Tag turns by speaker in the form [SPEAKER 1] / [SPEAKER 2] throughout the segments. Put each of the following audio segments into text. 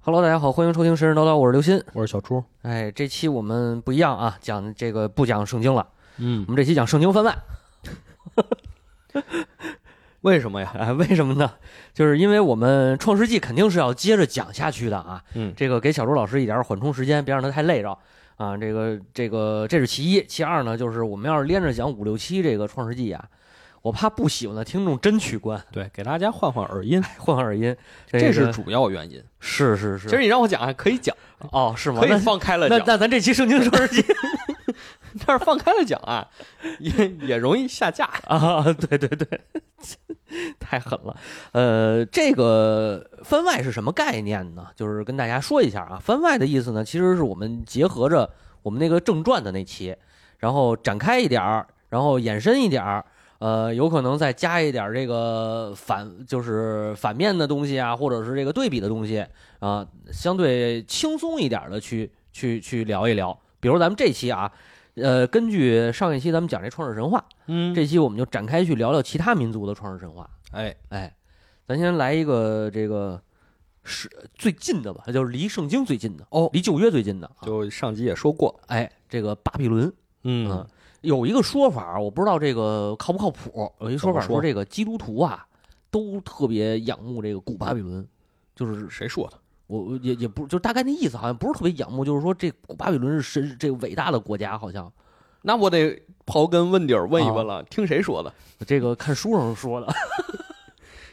[SPEAKER 1] Hello，大家好，欢迎收听《神神叨叨》，我是刘鑫。
[SPEAKER 2] 我是小朱。
[SPEAKER 1] 哎，这期我们不一样啊，讲这个不讲圣经了，
[SPEAKER 2] 嗯
[SPEAKER 1] 我，们这期讲圣经番外。
[SPEAKER 2] 为什么呀？
[SPEAKER 1] 哎，为什么呢？就是因为我们《创世纪》肯定是要接着讲下去的啊。
[SPEAKER 2] 嗯
[SPEAKER 1] 这个给小朱老师一点缓冲时间，别让他太累着啊。这个这个这是其一，其二呢，就是我们要是连着讲五六期这个《创世纪》啊，我怕不喜欢的听众真取关，
[SPEAKER 2] 对，给大家换换耳音，
[SPEAKER 1] 换换耳音，这
[SPEAKER 2] 这
[SPEAKER 1] 个
[SPEAKER 2] 是主要原因。
[SPEAKER 1] 是是
[SPEAKER 2] 其实
[SPEAKER 1] 是
[SPEAKER 2] 你让我讲还啊可以讲，
[SPEAKER 1] 哦，是吗？
[SPEAKER 2] 可以
[SPEAKER 1] 那
[SPEAKER 2] 放开了
[SPEAKER 1] 那
[SPEAKER 2] 讲，
[SPEAKER 1] 那咱这期圣经《创世纪》
[SPEAKER 2] 但是放开了讲啊，也也容易下架。
[SPEAKER 1] 啊，对对对，太狠了。呃，这个番外是什么概念呢？就是跟大家说一下啊，番外的意思呢，其实是我们结合着我们那个正传的那期，然后展开一点儿，然后延伸一点儿。呃，有可能再加一点儿这个反，就是反面的东西啊，或者是这个对比的东西啊、相对轻松一点儿的去去去聊一聊。比如咱们这期啊，呃，根据上一期咱们讲这创世神话，
[SPEAKER 2] 嗯这
[SPEAKER 1] 这期我们就展开去聊聊其他民族的创世神话。
[SPEAKER 2] 哎，
[SPEAKER 1] 哎，咱先来一个这个是最近的吧，就是离圣经最近的哦，离旧约最近的啊。
[SPEAKER 2] 就上集也说过，啊
[SPEAKER 1] 哎，这个巴比伦，嗯，有一个说法，我不知道这个靠不靠谱。有一说法
[SPEAKER 2] 怎么说
[SPEAKER 1] 说这个基督徒啊，都特别仰慕这个古巴比伦，就是
[SPEAKER 2] 谁说的？
[SPEAKER 1] 我我也也不就大概那意思，好像不是特别仰慕，就是说这古巴比伦是神这个伟大的国家，好像
[SPEAKER 2] 那我得刨根问底儿问一问
[SPEAKER 1] 啊
[SPEAKER 2] 了，听谁说的？
[SPEAKER 1] 这个看书上说的。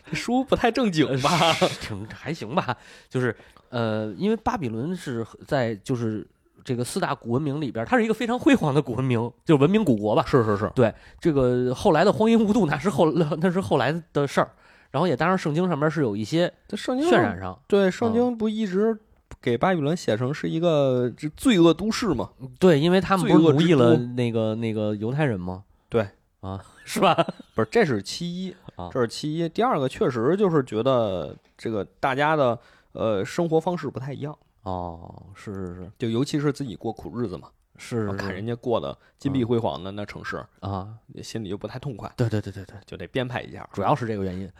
[SPEAKER 2] 这书不太正经吧？
[SPEAKER 1] 挺还行吧，就是呃，因为巴比伦是在就是这个四大古文明里边儿，它是一个非常辉煌的古文明，呃就是文明古国吧。
[SPEAKER 2] 是是是，
[SPEAKER 1] 这个后来的荒淫无度那是后那是后来的事儿，然后也当然圣经上面是有一些
[SPEAKER 2] 这圣经
[SPEAKER 1] 渲染上，啊
[SPEAKER 2] 对圣经不一直给巴比伦写成是一个这罪恶都市吗？
[SPEAKER 1] 对，因为他们
[SPEAKER 2] 罪
[SPEAKER 1] 不是
[SPEAKER 2] 恶
[SPEAKER 1] 奴
[SPEAKER 2] 之
[SPEAKER 1] 役了
[SPEAKER 2] 都
[SPEAKER 1] 那个那个犹太人吗？
[SPEAKER 2] 对
[SPEAKER 1] 啊，是吧？
[SPEAKER 2] 不是，这是其一
[SPEAKER 1] 啊，
[SPEAKER 2] 这是其一。第二个确实就是觉得这个大家的呃生活方式不太一样，
[SPEAKER 1] 哦，是是是
[SPEAKER 2] 就尤其是自己过苦日子嘛，
[SPEAKER 1] 是是嗯
[SPEAKER 2] 看人家过的金碧辉煌的那城市，
[SPEAKER 1] 啊，
[SPEAKER 2] 心里就不太痛快，
[SPEAKER 1] 对对对对对，
[SPEAKER 2] 就得编排一下。
[SPEAKER 1] 主要是这个原因，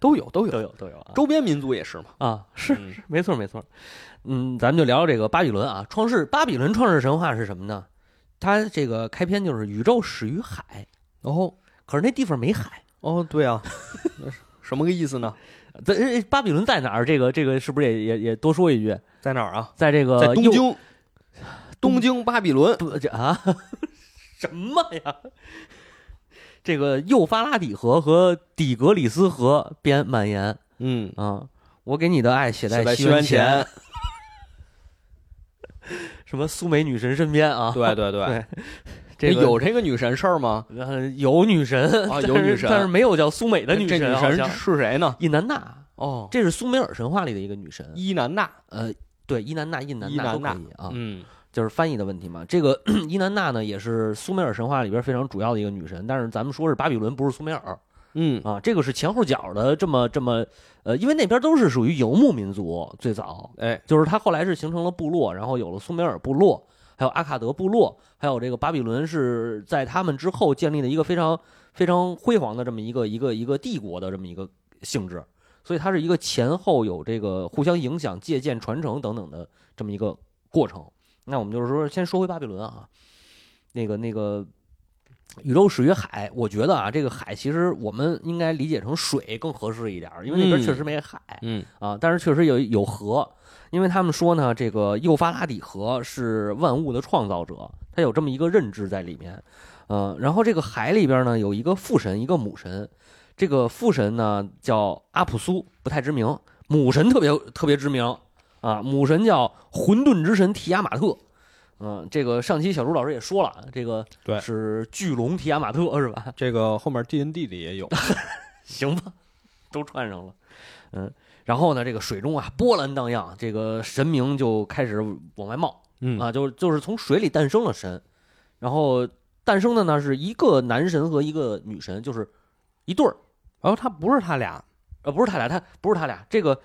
[SPEAKER 2] 都有都
[SPEAKER 1] 都
[SPEAKER 2] 有，
[SPEAKER 1] 有都有啊
[SPEAKER 2] 周边民族也是嘛。
[SPEAKER 1] 啊，是
[SPEAKER 2] 嗯
[SPEAKER 1] 没错，没错。嗯，咱们就聊聊这个巴比伦啊，创世巴比伦创世神话是什么呢？它这个开篇就是宇宙始于海，
[SPEAKER 2] 哦
[SPEAKER 1] 可是那地方没海。
[SPEAKER 2] 哦，对啊， 那是什么个意思呢？
[SPEAKER 1] 在哎巴比伦在哪儿？这个这个是不是也也也多说一句？
[SPEAKER 2] 在哪儿啊？
[SPEAKER 1] 在这个
[SPEAKER 2] 在东
[SPEAKER 1] 右
[SPEAKER 2] 京，东京巴比伦。
[SPEAKER 1] 不这啊 什么呀？这个幼发拉底河和底格里斯河边蔓延
[SPEAKER 2] 嗯，
[SPEAKER 1] 啊！我给你的爱写
[SPEAKER 2] 写
[SPEAKER 1] 在
[SPEAKER 2] 在
[SPEAKER 1] 西元
[SPEAKER 2] 前。
[SPEAKER 1] 什么苏美女神身边啊？
[SPEAKER 2] 对对对，
[SPEAKER 1] 这
[SPEAKER 2] 哎
[SPEAKER 1] 个
[SPEAKER 2] 有这个女神事儿吗？
[SPEAKER 1] 呃有女神
[SPEAKER 2] 啊
[SPEAKER 1] 但
[SPEAKER 2] 有女
[SPEAKER 1] 是
[SPEAKER 2] 神
[SPEAKER 1] 但是没有叫苏美的女
[SPEAKER 2] 这
[SPEAKER 1] 神，
[SPEAKER 2] 女
[SPEAKER 1] 好
[SPEAKER 2] 神
[SPEAKER 1] 像
[SPEAKER 2] 是谁呢？
[SPEAKER 1] 伊南娜，
[SPEAKER 2] 哦，
[SPEAKER 1] 这是苏美尔神话里的一个女神。
[SPEAKER 2] 伊南娜。
[SPEAKER 1] 呃，对，伊南娜、印南
[SPEAKER 2] 伊
[SPEAKER 1] 娜
[SPEAKER 2] 南
[SPEAKER 1] 都可
[SPEAKER 2] 娜
[SPEAKER 1] 以啊，
[SPEAKER 2] 嗯，
[SPEAKER 1] 就是翻译的问题嘛。这个 伊南娜呢，也是苏美尔神话里边非常主要的一个女神，但是咱们说是巴比伦，不是苏美尔
[SPEAKER 2] 嗯，
[SPEAKER 1] 啊，这个是前后脚的这么这么呃，因为那边都是属于游牧民族，最早
[SPEAKER 2] 哎，
[SPEAKER 1] 就是它后来是形成了部落，然后有了苏美尔部落，还有阿卡德部落，还有这个巴比伦是在他们之后建立的一个非常非常辉煌的这么一个一个一个帝国的这么一个性质，所以它是一个前后有这个互相影响、借鉴、传承等等的这么一个过程。那我们就是说，先说回巴比伦啊，那个那个。宇宙始于海，我觉得啊，这个海其实我们应该理解成水更合适一点儿，因为那边
[SPEAKER 2] 嗯
[SPEAKER 1] 确实没海。
[SPEAKER 2] 嗯，
[SPEAKER 1] 啊，但是确实有有河，因为他们说呢，这个幼发拉底河是万物的创造者，他有这么一个认知在里面。嗯、然后这个海里边呢有一个父神，一个母神，这个父神呢叫阿普苏，不太知名，母神特别特别知名啊，母神叫混沌之神提亚马特。嗯，这个上期小朱老师也说了，啊这个
[SPEAKER 2] 对
[SPEAKER 1] 是巨龙提亚马特是吧？
[SPEAKER 2] 这个后面 D N D 里 也有。
[SPEAKER 1] 行吧，都串上了，嗯，然后呢，这个水中啊波澜荡漾，这个神明就开始往外冒
[SPEAKER 2] 嗯
[SPEAKER 1] 啊，就就是从水里诞生了神，然后诞生的呢是一个男神和一个女神，就是一对儿，
[SPEAKER 2] 然后他不是他俩，
[SPEAKER 1] 呃，不是他俩，他不是他俩，这个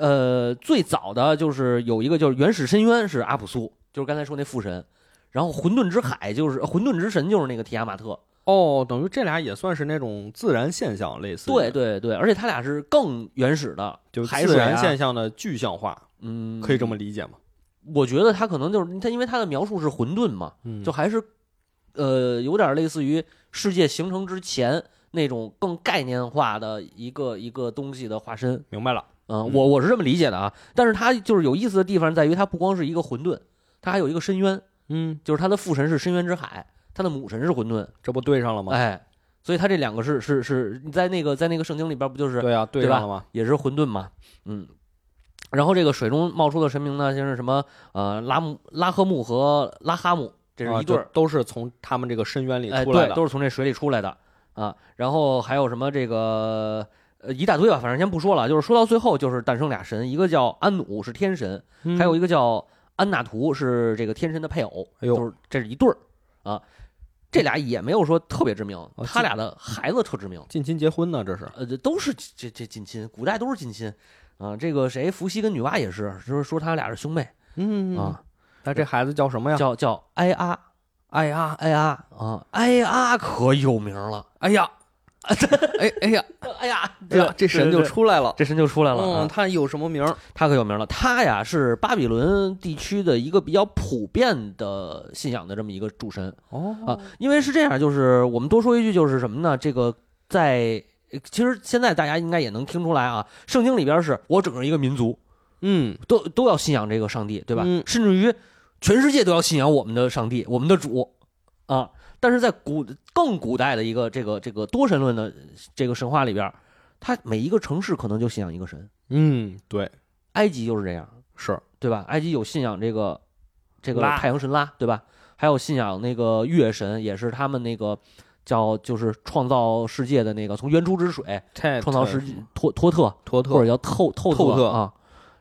[SPEAKER 1] 呃最早的就是有一个就是原始深渊是阿普苏，就是刚才说那父神，然后混沌之海就是混沌之神就是那个提亚马特，
[SPEAKER 2] 哦，等于这俩也算是那种自然现象，类似于
[SPEAKER 1] 对，对对，而且它俩是更原始的，
[SPEAKER 2] 就是
[SPEAKER 1] 海
[SPEAKER 2] 自
[SPEAKER 1] 水啊
[SPEAKER 2] 然现象的具象化，
[SPEAKER 1] 嗯，
[SPEAKER 2] 可以这么理解吗？
[SPEAKER 1] 我觉得它可能就是它，因为它的描述是混沌嘛，
[SPEAKER 2] 嗯
[SPEAKER 1] 就还是呃有点类似于世界形成之前那种更概念化的一个一个东西的化身。
[SPEAKER 2] 明白了。
[SPEAKER 1] 嗯，
[SPEAKER 2] 嗯
[SPEAKER 1] 我我是这么理解的啊。但是它就是有意思的地方在于，它不光是一个混沌，它还有一个深渊，
[SPEAKER 2] 嗯，
[SPEAKER 1] 就是它的父神是深渊之海，它的母神是混沌，
[SPEAKER 2] 这不对上了吗？
[SPEAKER 1] 哎，所以它这两个是是是，你在那个在那个圣经里边不就是
[SPEAKER 2] 对啊，对
[SPEAKER 1] 对吧
[SPEAKER 2] 上了吗？
[SPEAKER 1] 也是混沌嘛，嗯。然后这个水中冒出的神明呢，就是什么呃拉姆拉赫木和拉哈姆，这是
[SPEAKER 2] 啊
[SPEAKER 1] 一对
[SPEAKER 2] 就
[SPEAKER 1] 儿，
[SPEAKER 2] 都是从他们这个深渊里
[SPEAKER 1] 哎，
[SPEAKER 2] 出来
[SPEAKER 1] 对，
[SPEAKER 2] 的。
[SPEAKER 1] 都是从这水里出来的啊。然后还有什么这个呃一大堆吧，反正先不说了。就是说到最后，就是诞生俩神，一个叫安努是天神，
[SPEAKER 2] 嗯
[SPEAKER 1] 还有一个叫安纳图是这个天神的配偶，
[SPEAKER 2] 哎呦
[SPEAKER 1] 就是这是一对儿啊。这俩也没有说特别知名，
[SPEAKER 2] 哦这
[SPEAKER 1] 他俩的孩子特知名，
[SPEAKER 2] 近亲结婚呢，这是
[SPEAKER 1] 呃，这都是这这近亲，古代都是近亲啊、这个谁，伏羲跟女娲也是，就是说他俩是兄妹
[SPEAKER 2] 嗯
[SPEAKER 1] 啊，
[SPEAKER 2] 那这孩子叫什么呀？
[SPEAKER 1] 叫叫埃阿，
[SPEAKER 2] 哎呀，
[SPEAKER 1] 哎呀啊，哎呀，可有名了！
[SPEAKER 2] 哎呀，哎哎呀，
[SPEAKER 1] 哎呀，
[SPEAKER 2] 哎呀，这神就
[SPEAKER 1] 对对对
[SPEAKER 2] 出来了。
[SPEAKER 1] 这神就出来了、
[SPEAKER 2] 嗯，
[SPEAKER 1] 啊，
[SPEAKER 2] 他有什么名儿？
[SPEAKER 1] 他可有名了。他呀是巴比伦地区的一个比较普遍的信仰的这么一个主神，
[SPEAKER 2] 哦
[SPEAKER 1] 啊，因为是这样，就是我们多说一句，就是什么呢？这个在呃其实现在大家应该也能听出来啊，圣经里边是我整个一个民族
[SPEAKER 2] 嗯，
[SPEAKER 1] 都都要信仰这个上帝，对吧？
[SPEAKER 2] 嗯
[SPEAKER 1] 甚至于全世界都要信仰我们的上帝，我们的主啊。但是在古更古代的一个这个这个多神论的这个神话里边，它每一个城市可能就信仰一个神，
[SPEAKER 2] 嗯，对，
[SPEAKER 1] 埃及就是这样，
[SPEAKER 2] 是
[SPEAKER 1] 对吧？埃及有信仰这个这个
[SPEAKER 2] 拉
[SPEAKER 1] 太阳神拉，对吧？还有信仰那个月神，也是他们那个叫就是创造世界的那个从原初之水
[SPEAKER 2] 太
[SPEAKER 1] 创造世界托托特或
[SPEAKER 2] 托特
[SPEAKER 1] 者叫透透
[SPEAKER 2] 透特
[SPEAKER 1] 啊。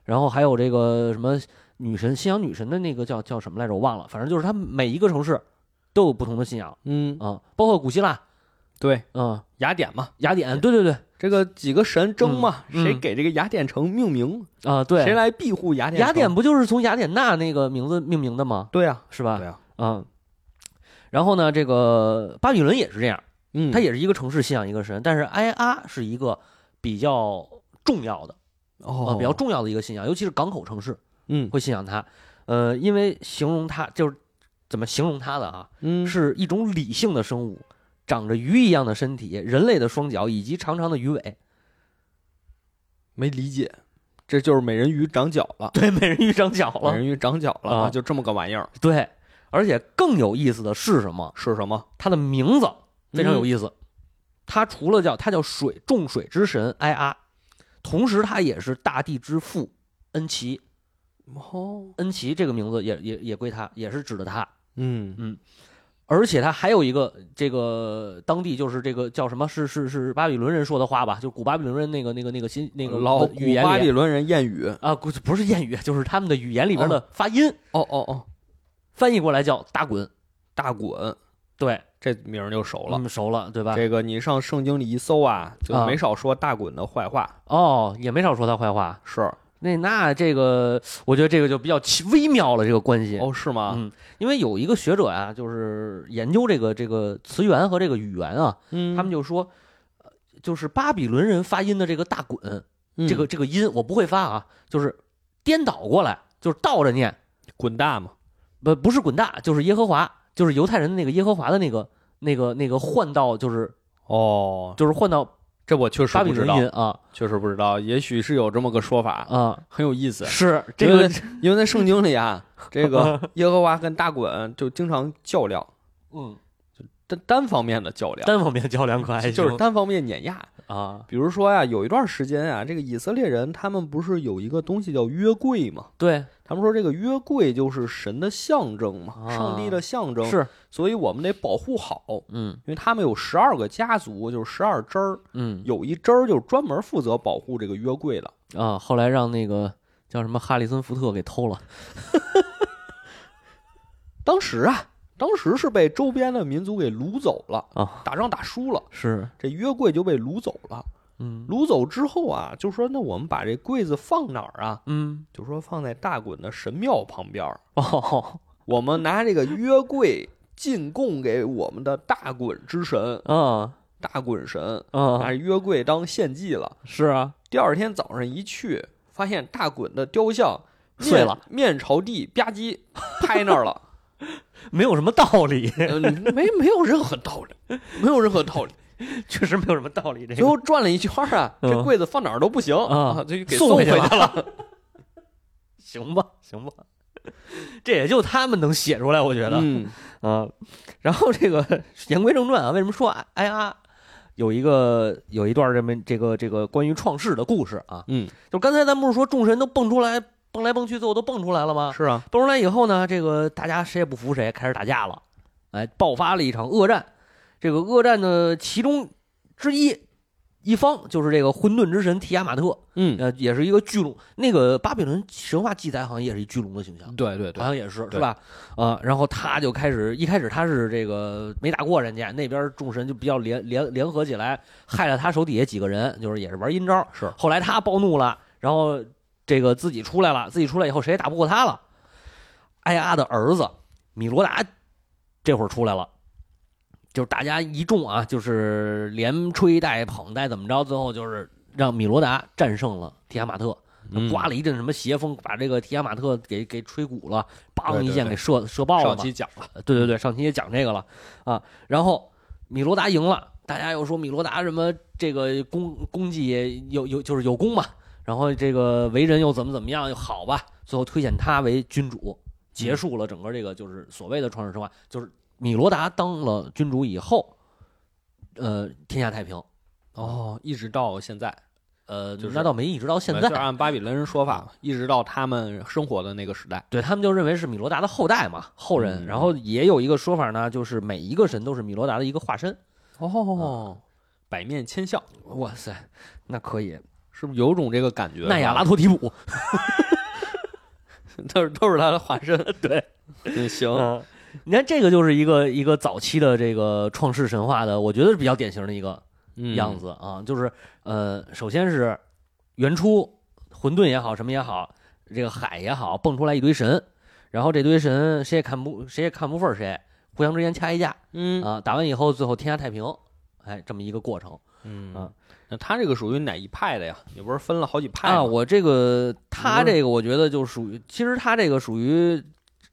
[SPEAKER 1] 然后还有这个什么女神信仰女神的那个叫叫什么来着？我忘了，反正就是他们每一个城市都有不同的信仰
[SPEAKER 2] 嗯，
[SPEAKER 1] 啊，包括古希腊，
[SPEAKER 2] 对，
[SPEAKER 1] 嗯，
[SPEAKER 2] 雅典嘛，
[SPEAKER 1] 雅典，对对对，
[SPEAKER 2] 这个几个神争嘛，
[SPEAKER 1] 嗯嗯
[SPEAKER 2] 谁给这个雅典城命名？
[SPEAKER 1] 啊对，
[SPEAKER 2] 谁来庇护雅典城？
[SPEAKER 1] 雅典不就是从雅典娜那个名字命名的吗？
[SPEAKER 2] 对啊，
[SPEAKER 1] 是吧？
[SPEAKER 2] 对啊，
[SPEAKER 1] 嗯，然后呢，这个巴比伦也是这样，
[SPEAKER 2] 嗯，
[SPEAKER 1] 它也是一个城市信仰一个神，但是埃阿是一个比较重要的
[SPEAKER 2] 哦
[SPEAKER 1] 呃比较重要的一个信仰，尤其是港口城市
[SPEAKER 2] 嗯
[SPEAKER 1] 会信仰它。呃，因为形容它就是怎么形容它的啊，
[SPEAKER 2] 嗯
[SPEAKER 1] 是一种理性的生物，长着鱼一样的身体、人类的双脚以及长长的鱼尾。
[SPEAKER 2] 没理解，这就是美人鱼长脚了，
[SPEAKER 1] 对，美人鱼长脚
[SPEAKER 2] 美
[SPEAKER 1] 了。
[SPEAKER 2] 人鱼长脚了
[SPEAKER 1] 啊
[SPEAKER 2] 就这么个玩意儿
[SPEAKER 1] 对，而且更有意思的是什么？
[SPEAKER 2] 是什么？
[SPEAKER 1] 它的名字非常有
[SPEAKER 2] 意
[SPEAKER 1] 意思。他除了叫他叫水众水之神埃阿，同时他也是大地之父恩奇。
[SPEAKER 2] 哦，
[SPEAKER 1] 恩奇这个名字也也也归他，也是指的他。
[SPEAKER 2] 嗯
[SPEAKER 1] 而且他还有一个这个当地就是这个叫什么是是是巴比伦人说的话吧，就古巴比伦人那个那个那个新那个
[SPEAKER 2] 老
[SPEAKER 1] 语言
[SPEAKER 2] 古巴
[SPEAKER 1] 里
[SPEAKER 2] 比伦人谚语，
[SPEAKER 1] 啊，不是不是谚语，就是他们的语言里边的发音，
[SPEAKER 2] 哦哦哦，
[SPEAKER 1] 翻译过来叫打滚。
[SPEAKER 2] 大滚，
[SPEAKER 1] 对，
[SPEAKER 2] 这名儿就熟了。
[SPEAKER 1] 嗯，熟了，对吧？
[SPEAKER 2] 这个你上圣经里一搜啊，就
[SPEAKER 1] 啊
[SPEAKER 2] 没少说大滚的坏话。
[SPEAKER 1] 哦，也没少说他坏话。
[SPEAKER 2] 是
[SPEAKER 1] 那那这个，我觉得这个就比较奇微妙了，这个关系。
[SPEAKER 2] 哦，是吗？
[SPEAKER 1] 嗯因为有一个学者啊，就是研究这个这个词源和这个语言啊，
[SPEAKER 2] 嗯
[SPEAKER 1] 他们就说，呃就是巴比伦人发音的这个大滚，
[SPEAKER 2] 就
[SPEAKER 1] 这个这个音我不会发啊，就是颠倒过来，就是倒着念，
[SPEAKER 2] 滚蛋嘛，
[SPEAKER 1] 不不是滚大，就是耶和华，就是犹太人的那个耶和华的那个那个那个换到就是
[SPEAKER 2] 哦，
[SPEAKER 1] 就是换到
[SPEAKER 2] 这我确实
[SPEAKER 1] 巴比
[SPEAKER 2] 不知
[SPEAKER 1] 伦
[SPEAKER 2] 道，
[SPEAKER 1] 音啊
[SPEAKER 2] 确实不知道，也许是有这么个 说法，
[SPEAKER 1] 啊，
[SPEAKER 2] 很有意思。
[SPEAKER 1] 是这
[SPEAKER 2] 因为
[SPEAKER 1] 个
[SPEAKER 2] 在因为在圣经 里啊，这个耶和华跟大滚就经常较量，
[SPEAKER 1] 嗯
[SPEAKER 2] 单单方面的较量，
[SPEAKER 1] 单方面较量可还行
[SPEAKER 2] 就是单方面碾压。
[SPEAKER 1] 啊，
[SPEAKER 2] 比如说呀、有一段时间啊，这个以色列人他们不是有一个东西叫约柜嘛？
[SPEAKER 1] 对
[SPEAKER 2] 他们说这个约柜就是神的象征嘛，
[SPEAKER 1] 啊
[SPEAKER 2] 上帝的象征，
[SPEAKER 1] 是
[SPEAKER 2] 所以我们得保护好，
[SPEAKER 1] 嗯
[SPEAKER 2] 因为他们有十二个家族，就是十二支儿，
[SPEAKER 1] 嗯
[SPEAKER 2] 有一支儿就是专门负责保护这个约柜的。
[SPEAKER 1] 啊，后来让那个叫什么哈里森福特给偷了。
[SPEAKER 2] 当时啊，当时是被周边的民族给掳走了
[SPEAKER 1] 啊，
[SPEAKER 2] 打仗打输了，
[SPEAKER 1] 是，
[SPEAKER 2] 这约柜就被掳走了。
[SPEAKER 1] 嗯
[SPEAKER 2] 掳走之后啊，就说那我们把这柜子放哪儿啊？
[SPEAKER 1] 嗯，
[SPEAKER 2] 就说放在大衮的神庙旁边儿。
[SPEAKER 1] 哦，
[SPEAKER 2] 我们拿这个约柜进贡给我们的大衮之神，
[SPEAKER 1] 啊
[SPEAKER 2] 大衮神，
[SPEAKER 1] 啊
[SPEAKER 2] 把，约柜当献祭了。
[SPEAKER 1] 是啊，
[SPEAKER 2] 第二天早上一去，发现大衮的雕像面
[SPEAKER 1] 碎了，
[SPEAKER 2] 面朝地吧唧拍那儿了。
[SPEAKER 1] 没有什么道理，
[SPEAKER 2] 呃没没有任何道理，没有任何道理。
[SPEAKER 1] 确实没有什么道理。这
[SPEAKER 2] 最
[SPEAKER 1] 个
[SPEAKER 2] 后转了一圈儿啊，
[SPEAKER 1] 嗯
[SPEAKER 2] 这柜子放哪儿都不行
[SPEAKER 1] 啊
[SPEAKER 2] 啊，就给
[SPEAKER 1] 送
[SPEAKER 2] 回
[SPEAKER 1] 去
[SPEAKER 2] 了。
[SPEAKER 1] 行吧，行吧，这也就他们能写出来，我觉得。
[SPEAKER 2] 嗯，
[SPEAKER 1] 啊，然后这个言归正传啊，为什么说哎呀？有一个有一段这么这个这个关于创世的故事啊，
[SPEAKER 2] 嗯，
[SPEAKER 1] 就刚才咱不是说众神都蹦出来蹦来蹦去，最后都蹦出来了吗？
[SPEAKER 2] 是啊，
[SPEAKER 1] 蹦出来以后呢，这个大家谁也不服谁，开始打架了，哎，爆发了一场恶战。这个恶战的其中之一一方就是这个混沌之神提亚马特，
[SPEAKER 2] 嗯，
[SPEAKER 1] 呃，也是一个巨龙。那个巴比伦神话记载好像也是一巨龙的形象，
[SPEAKER 2] 对对
[SPEAKER 1] 好，像也是是
[SPEAKER 2] 对
[SPEAKER 1] 吧？啊、然后他就开始一开始他是这个没打过人家，那边众神就比较联联联合起来，害了他手底下几个人，就是也是玩阴招。
[SPEAKER 2] 是
[SPEAKER 1] 后来他暴怒了，然后这个自己出来了，自己出来以后谁也打不过他了。艾阿的儿子米罗达这会儿出来了。就是大家一众啊，就是连吹带捧带怎么着，最后就是让米罗达战胜了提亚马特。刮
[SPEAKER 2] 了。
[SPEAKER 1] 了一阵什么邪风，把这个提亚马特给给吹鼓了，梆
[SPEAKER 2] 对
[SPEAKER 1] 一
[SPEAKER 2] 对
[SPEAKER 1] 箭
[SPEAKER 2] 对
[SPEAKER 1] 给射射爆了
[SPEAKER 2] 上
[SPEAKER 1] 嘛。
[SPEAKER 2] 期讲了，
[SPEAKER 1] 呃对对对，上期也讲这个了啊。然后米罗达赢了，大家又说米罗达什么这个功功绩也有有就是有功嘛，然后这个为人又怎么怎么样又好吧，最后推荐他为君主，结束了整个这个就是所谓的创世神话，就是米罗达当了君主以后，呃，天下太平。
[SPEAKER 2] 哦，一直到现在，
[SPEAKER 1] 呃，
[SPEAKER 2] 就是
[SPEAKER 1] 那倒没一直到现
[SPEAKER 2] 对
[SPEAKER 1] 在
[SPEAKER 2] 就是，按巴比伦人说法，一直到他们生活的那个时代。
[SPEAKER 1] 对他们就认为是米罗达的后代嘛，后人。
[SPEAKER 2] 嗯
[SPEAKER 1] 然后也有一个说法呢，就是每一个神都是米罗达的一个化身。
[SPEAKER 2] 哦，百面千相，
[SPEAKER 1] 哇塞，那可以，
[SPEAKER 2] 是不是有种这个感觉？啊
[SPEAKER 1] 奈亚拉，托提普。
[SPEAKER 2] 都是都是他的化身。
[SPEAKER 1] 对
[SPEAKER 2] 嗯，行，
[SPEAKER 1] 嗯，你看这个就是一个一个早期的这个创世神话的，我觉得是比较典型的一个
[SPEAKER 2] 嗯
[SPEAKER 1] 样，子啊，就是呃，首先是原初混沌也好，什么也好，这个海也好，蹦出来一堆神，然后这堆神谁也看不谁也看不分谁，互相之间掐一架
[SPEAKER 2] 嗯
[SPEAKER 1] 啊，打完以后最后天下太平，哎，这么一个过程。啊
[SPEAKER 2] 嗯，那他这个属于哪一派的呀？也不是分了好几派
[SPEAKER 1] 啊，
[SPEAKER 2] 吗
[SPEAKER 1] 我这个他
[SPEAKER 2] 你说
[SPEAKER 1] 这个，我觉得就属于，其实他这个属于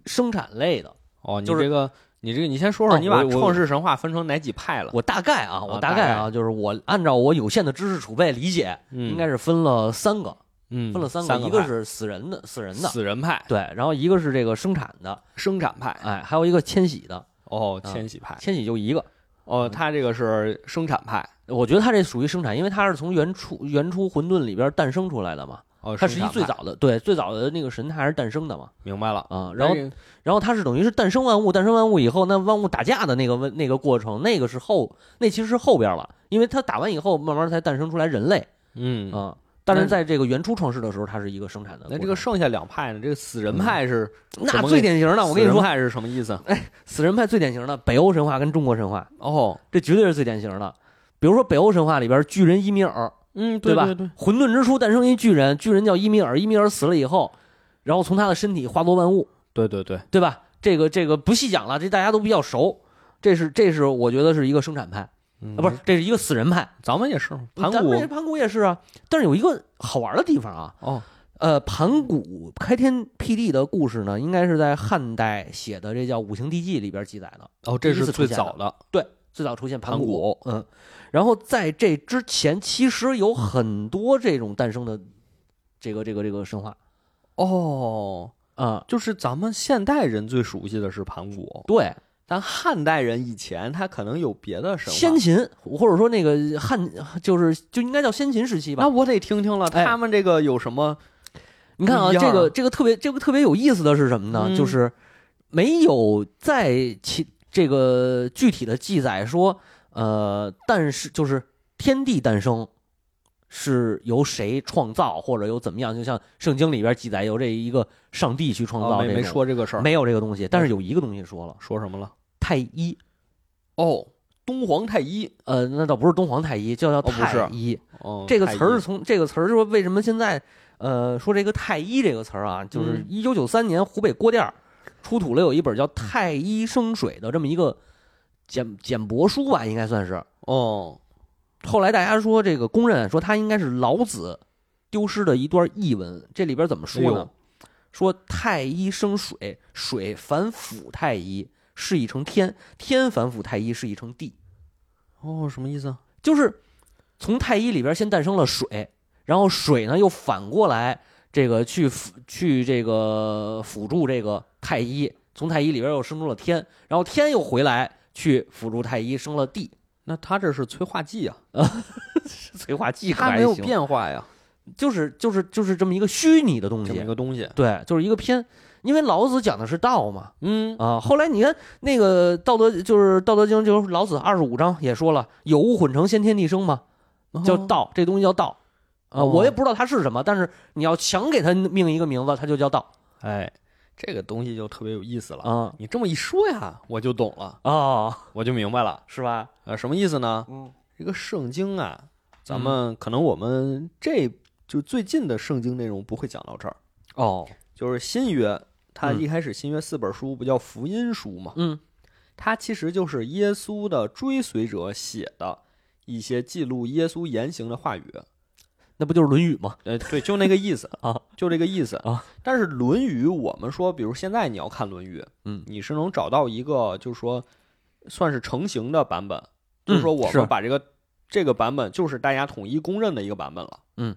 [SPEAKER 1] 生产类的。
[SPEAKER 2] 哦，你
[SPEAKER 1] 就是
[SPEAKER 2] 这个，你这个，你先说说
[SPEAKER 1] 哦
[SPEAKER 2] 你把
[SPEAKER 1] 我我
[SPEAKER 2] 创世神话分成哪几派了？
[SPEAKER 1] 我大概啊，我
[SPEAKER 2] 啊
[SPEAKER 1] 大
[SPEAKER 2] 大
[SPEAKER 1] 概啊，就是我按照我有限的知识储备理解，
[SPEAKER 2] 应
[SPEAKER 1] 应该是分了三个，
[SPEAKER 2] 嗯，
[SPEAKER 1] 分了三
[SPEAKER 2] 个
[SPEAKER 1] 个，，一个是死人的，死人的，
[SPEAKER 2] 死人派、
[SPEAKER 1] 对，然后一个是这个生产的，
[SPEAKER 2] 生产派，
[SPEAKER 1] 哎，还有一个迁徙的，
[SPEAKER 2] 哦，
[SPEAKER 1] 啊
[SPEAKER 2] 千禧派，
[SPEAKER 1] 迁徙就一个。
[SPEAKER 2] 哦，他这个是生产派，
[SPEAKER 1] 我觉得他这属于生产，因为他是从原初原初混沌里边诞生出来的嘛，
[SPEAKER 2] 哦，
[SPEAKER 1] 他实际
[SPEAKER 2] 生产
[SPEAKER 1] 最
[SPEAKER 2] 派
[SPEAKER 1] 早的对最早的那个神他还是诞生的嘛
[SPEAKER 2] 明白了。
[SPEAKER 1] 啊，然后
[SPEAKER 2] 但是
[SPEAKER 1] 然后它是等于是诞生万物，诞生万物以后，那万物打架的那个问那个过程，那个是后，那其实是后边了，因为它打完以后，慢慢才诞生出来人类
[SPEAKER 2] 嗯，
[SPEAKER 1] 啊。但是
[SPEAKER 2] 那
[SPEAKER 1] 在这个原初创世的时候，它是一个生产的过程。
[SPEAKER 2] 那这个剩下两派呢？这个死人派是怎
[SPEAKER 1] 嗯那
[SPEAKER 2] 么
[SPEAKER 1] 最
[SPEAKER 2] 给
[SPEAKER 1] 典型的，我跟你
[SPEAKER 2] 死人
[SPEAKER 1] 说，哦
[SPEAKER 2] 派是什么意思？
[SPEAKER 1] 死人派最典型的北欧神话跟中国神话，
[SPEAKER 2] 哦，
[SPEAKER 1] 这绝对是最典型的。比如说北欧神话里边，巨人伊米尔，
[SPEAKER 2] 嗯，
[SPEAKER 1] 对吧
[SPEAKER 2] 对对，
[SPEAKER 1] 混沌之初诞生一巨人，巨人叫伊米尔，伊米尔死了以后，然后从他的身体化作万物，
[SPEAKER 2] 对对对，
[SPEAKER 1] 对吧？这个这个不细讲了，这大家都比较熟。这是这是我觉得是一个生产派。
[SPEAKER 2] 嗯
[SPEAKER 1] 啊，不是，，这是一个死人派，
[SPEAKER 2] 咱们也是盘
[SPEAKER 1] 咱们这
[SPEAKER 2] 古，
[SPEAKER 1] 盘古也是啊。但是有一个好玩的地方啊，
[SPEAKER 2] 哦，
[SPEAKER 1] 呃，盘古开天辟地的故事呢，应该是在汉代写的，这叫《五行地记》里边记载的，
[SPEAKER 2] 哦，
[SPEAKER 1] 第
[SPEAKER 2] 这
[SPEAKER 1] 一
[SPEAKER 2] 是
[SPEAKER 1] 次
[SPEAKER 2] 最
[SPEAKER 1] 出现的
[SPEAKER 2] 早的，
[SPEAKER 1] 最早出现盘
[SPEAKER 2] 盘
[SPEAKER 1] 古。嗯，然后在这之前，其实有很多这种诞生的这个这个这个神话
[SPEAKER 2] 哦，
[SPEAKER 1] 啊、
[SPEAKER 2] 就是咱们现代人最熟悉的是盘古，
[SPEAKER 1] 对，
[SPEAKER 2] 但汉代人以前他可能有别的神话。
[SPEAKER 1] 先秦或者说那个汉，就是就应该叫先秦时期吧
[SPEAKER 2] 那。我得听听了，
[SPEAKER 1] 哎
[SPEAKER 2] 他们这个有什么？
[SPEAKER 1] 你看啊，
[SPEAKER 2] 不一样
[SPEAKER 1] 这
[SPEAKER 2] 啊
[SPEAKER 1] 个这个特别这个特别有意思的是什么呢？
[SPEAKER 2] 嗯
[SPEAKER 1] 就是没有在其这个具体的记载说，呃，但是就是天地诞生是由谁创造，或者由怎么样？就像圣经里边记载，由这一个上帝去创
[SPEAKER 2] 哦
[SPEAKER 1] 造这
[SPEAKER 2] 没
[SPEAKER 1] 种、
[SPEAKER 2] 没说这个事儿，
[SPEAKER 1] 没有这个东西，但是有一个东西说了，
[SPEAKER 2] 说什么了？
[SPEAKER 1] 太一。
[SPEAKER 2] 哦，东皇太一，
[SPEAKER 1] 呃，那倒不是东皇太一，就叫
[SPEAKER 2] 不是
[SPEAKER 1] 太一。
[SPEAKER 2] 哦，
[SPEAKER 1] 这个
[SPEAKER 2] 太一
[SPEAKER 1] 词儿是从这个词儿说，为什么现在呃说这个太医这个词儿啊，就是
[SPEAKER 2] 嗯
[SPEAKER 1] 一九九三年湖北郭店儿出土了有一本叫《太医生水》的这么一个简简帛书吧，应该算是。
[SPEAKER 2] 哦，
[SPEAKER 1] 后来大家说这个公认说他应该是老子丢失的一段译文，这里边怎么说
[SPEAKER 2] 哎
[SPEAKER 1] 呢
[SPEAKER 2] 呦？
[SPEAKER 1] 说太一生水，水反腐太一，是一成天；天反腐太一，是一成地。
[SPEAKER 2] 哦，什么意思啊？
[SPEAKER 1] 就是从太一里边先诞生了水，然后水呢又反过来这个去辅去这个辅助这个太一，从太一里边又生出了天，然后天又回来去辅助太一生了地，
[SPEAKER 2] 那他这是催化剂啊，
[SPEAKER 1] 催化剂可
[SPEAKER 2] 他
[SPEAKER 1] 还
[SPEAKER 2] 没有
[SPEAKER 1] 行
[SPEAKER 2] 变化呀，
[SPEAKER 1] 就是就是就是这么一个虚拟的东
[SPEAKER 2] 这么
[SPEAKER 1] 西
[SPEAKER 2] 一，个东西。
[SPEAKER 1] 对，就是一个偏，因为老子讲的是道嘛，
[SPEAKER 2] 嗯，
[SPEAKER 1] 啊，后来你看那个道德就是《道德经》，就是老子二十五章也说了，有物混成，先天地生嘛，叫
[SPEAKER 2] 哦
[SPEAKER 1] 道，这东西叫道。啊，
[SPEAKER 2] 哦
[SPEAKER 1] 我也不知道它是什么，但是你要强给它命一个名字，它就叫道
[SPEAKER 2] 哎，这个东西就特别有意思了。
[SPEAKER 1] 啊
[SPEAKER 2] 你这么一说呀，我就懂了，
[SPEAKER 1] 哦，
[SPEAKER 2] 我就明白了。
[SPEAKER 1] 是吧？
[SPEAKER 2] 呃，什么意思呢？
[SPEAKER 1] 嗯
[SPEAKER 2] 这个圣经啊，咱们可能我们这就最近的圣经内容不会讲到这儿，
[SPEAKER 1] 哦，
[SPEAKER 2] 就是新约，它
[SPEAKER 1] 嗯
[SPEAKER 2] 一开始新约四本书不叫福音书嘛，
[SPEAKER 1] 嗯
[SPEAKER 2] 它其实就是耶稣的追随者写的一些记录耶稣言行的话语。
[SPEAKER 1] 那不就是《论语》吗？
[SPEAKER 2] 呃，对，就那个意思
[SPEAKER 1] 啊，
[SPEAKER 2] 就这个意思
[SPEAKER 1] 啊。
[SPEAKER 2] 但是《论语》，我们说，比如现在你要看《论语》，
[SPEAKER 1] 嗯
[SPEAKER 2] 你是能找到一个就是说算是成型的版本，就是说我
[SPEAKER 1] 嗯是
[SPEAKER 2] 们把这个这个版本就是大家统一公认的一个版本了。
[SPEAKER 1] 嗯，
[SPEAKER 2] 《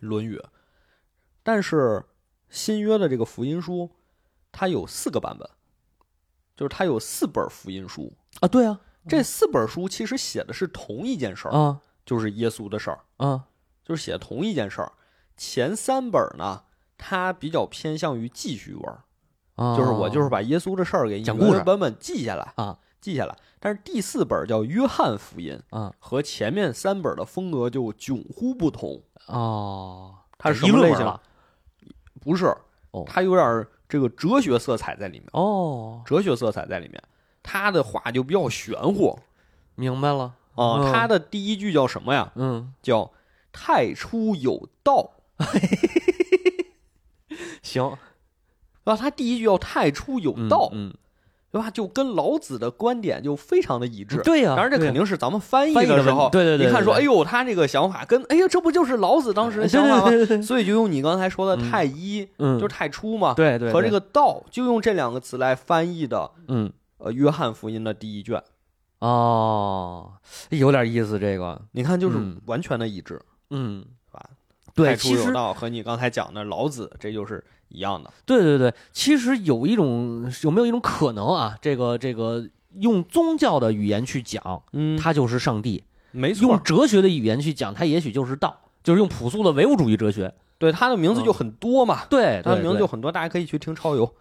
[SPEAKER 2] 论语》，但是新约的这个福音书，它有四个版本，就是它有四本福音书。
[SPEAKER 1] 啊，对啊，
[SPEAKER 2] 这四本书其实写的是同一件事儿，
[SPEAKER 1] 啊
[SPEAKER 2] 就是耶稣的事儿。
[SPEAKER 1] 啊，
[SPEAKER 2] 就是写同一件事儿。前三本儿呢，它比较偏向于记叙文儿，
[SPEAKER 1] 啊
[SPEAKER 2] 就是我就是把耶稣这事儿给你
[SPEAKER 1] 哦讲
[SPEAKER 2] 原
[SPEAKER 1] 故事
[SPEAKER 2] 原本本记下来
[SPEAKER 1] 啊，
[SPEAKER 2] 记下来。但是第四本儿叫《约翰福音》
[SPEAKER 1] 啊，
[SPEAKER 2] 和前面三本儿的风格就迥乎不同。
[SPEAKER 1] 哦，
[SPEAKER 2] 它是
[SPEAKER 1] 议
[SPEAKER 2] 什么
[SPEAKER 1] 论
[SPEAKER 2] 类
[SPEAKER 1] 文
[SPEAKER 2] 型？
[SPEAKER 1] 了
[SPEAKER 2] 不是
[SPEAKER 1] 哦，
[SPEAKER 2] 它有点儿这个哲学色彩在里面，
[SPEAKER 1] 哦，
[SPEAKER 2] 哲学色彩在里面。他的话就比较玄乎
[SPEAKER 1] 明白了
[SPEAKER 2] 啊，
[SPEAKER 1] 嗯
[SPEAKER 2] 他的第一句叫什么呀？
[SPEAKER 1] 嗯，
[SPEAKER 2] 叫“太初有道”。
[SPEAKER 1] 行，
[SPEAKER 2] 然后他啊第一句要太初有
[SPEAKER 1] 嗯
[SPEAKER 2] 道，
[SPEAKER 1] 嗯，
[SPEAKER 2] 对吧？就跟老子的观点就非常的一致。
[SPEAKER 1] 啊对呀，
[SPEAKER 2] 当然这
[SPEAKER 1] 对呀
[SPEAKER 2] 肯定是咱们翻译
[SPEAKER 1] 翻译的
[SPEAKER 2] 时
[SPEAKER 1] 问
[SPEAKER 2] 候，
[SPEAKER 1] 题对对对
[SPEAKER 2] 一看说，
[SPEAKER 1] 对
[SPEAKER 2] 哎呦，他这个想法跟，哎呀，这不就是老子当时的想法吗？
[SPEAKER 1] 对 对对对
[SPEAKER 2] 所以就用你刚才说的
[SPEAKER 1] 嗯
[SPEAKER 2] 太一，
[SPEAKER 1] 嗯，
[SPEAKER 2] 就是太初嘛，
[SPEAKER 1] 对对
[SPEAKER 2] 和这个道，就用这两个词来翻译的。
[SPEAKER 1] 嗯
[SPEAKER 2] 呃，约翰福音的第一卷，
[SPEAKER 1] 哦，有点意思这个，
[SPEAKER 2] 你看就是
[SPEAKER 1] 嗯
[SPEAKER 2] 完全的一致，
[SPEAKER 1] 嗯，
[SPEAKER 2] 是吧？
[SPEAKER 1] 对，
[SPEAKER 2] 太初
[SPEAKER 1] 其实
[SPEAKER 2] 有道和你刚才讲的老子，这就是一样的。
[SPEAKER 1] 对对对，其实有一种有没有一种可能啊？这个这个用宗教的语言去讲，
[SPEAKER 2] 嗯
[SPEAKER 1] 它就是上帝；
[SPEAKER 2] 没错
[SPEAKER 1] 用，哲学的语言去讲，它也许就是道，就是用朴素的唯物主义哲学。
[SPEAKER 2] 对他的名字就很多嘛，
[SPEAKER 1] 对，
[SPEAKER 2] 他
[SPEAKER 1] 对
[SPEAKER 2] 的名
[SPEAKER 1] 嗯对
[SPEAKER 2] 字就很多，大家可以去听超游。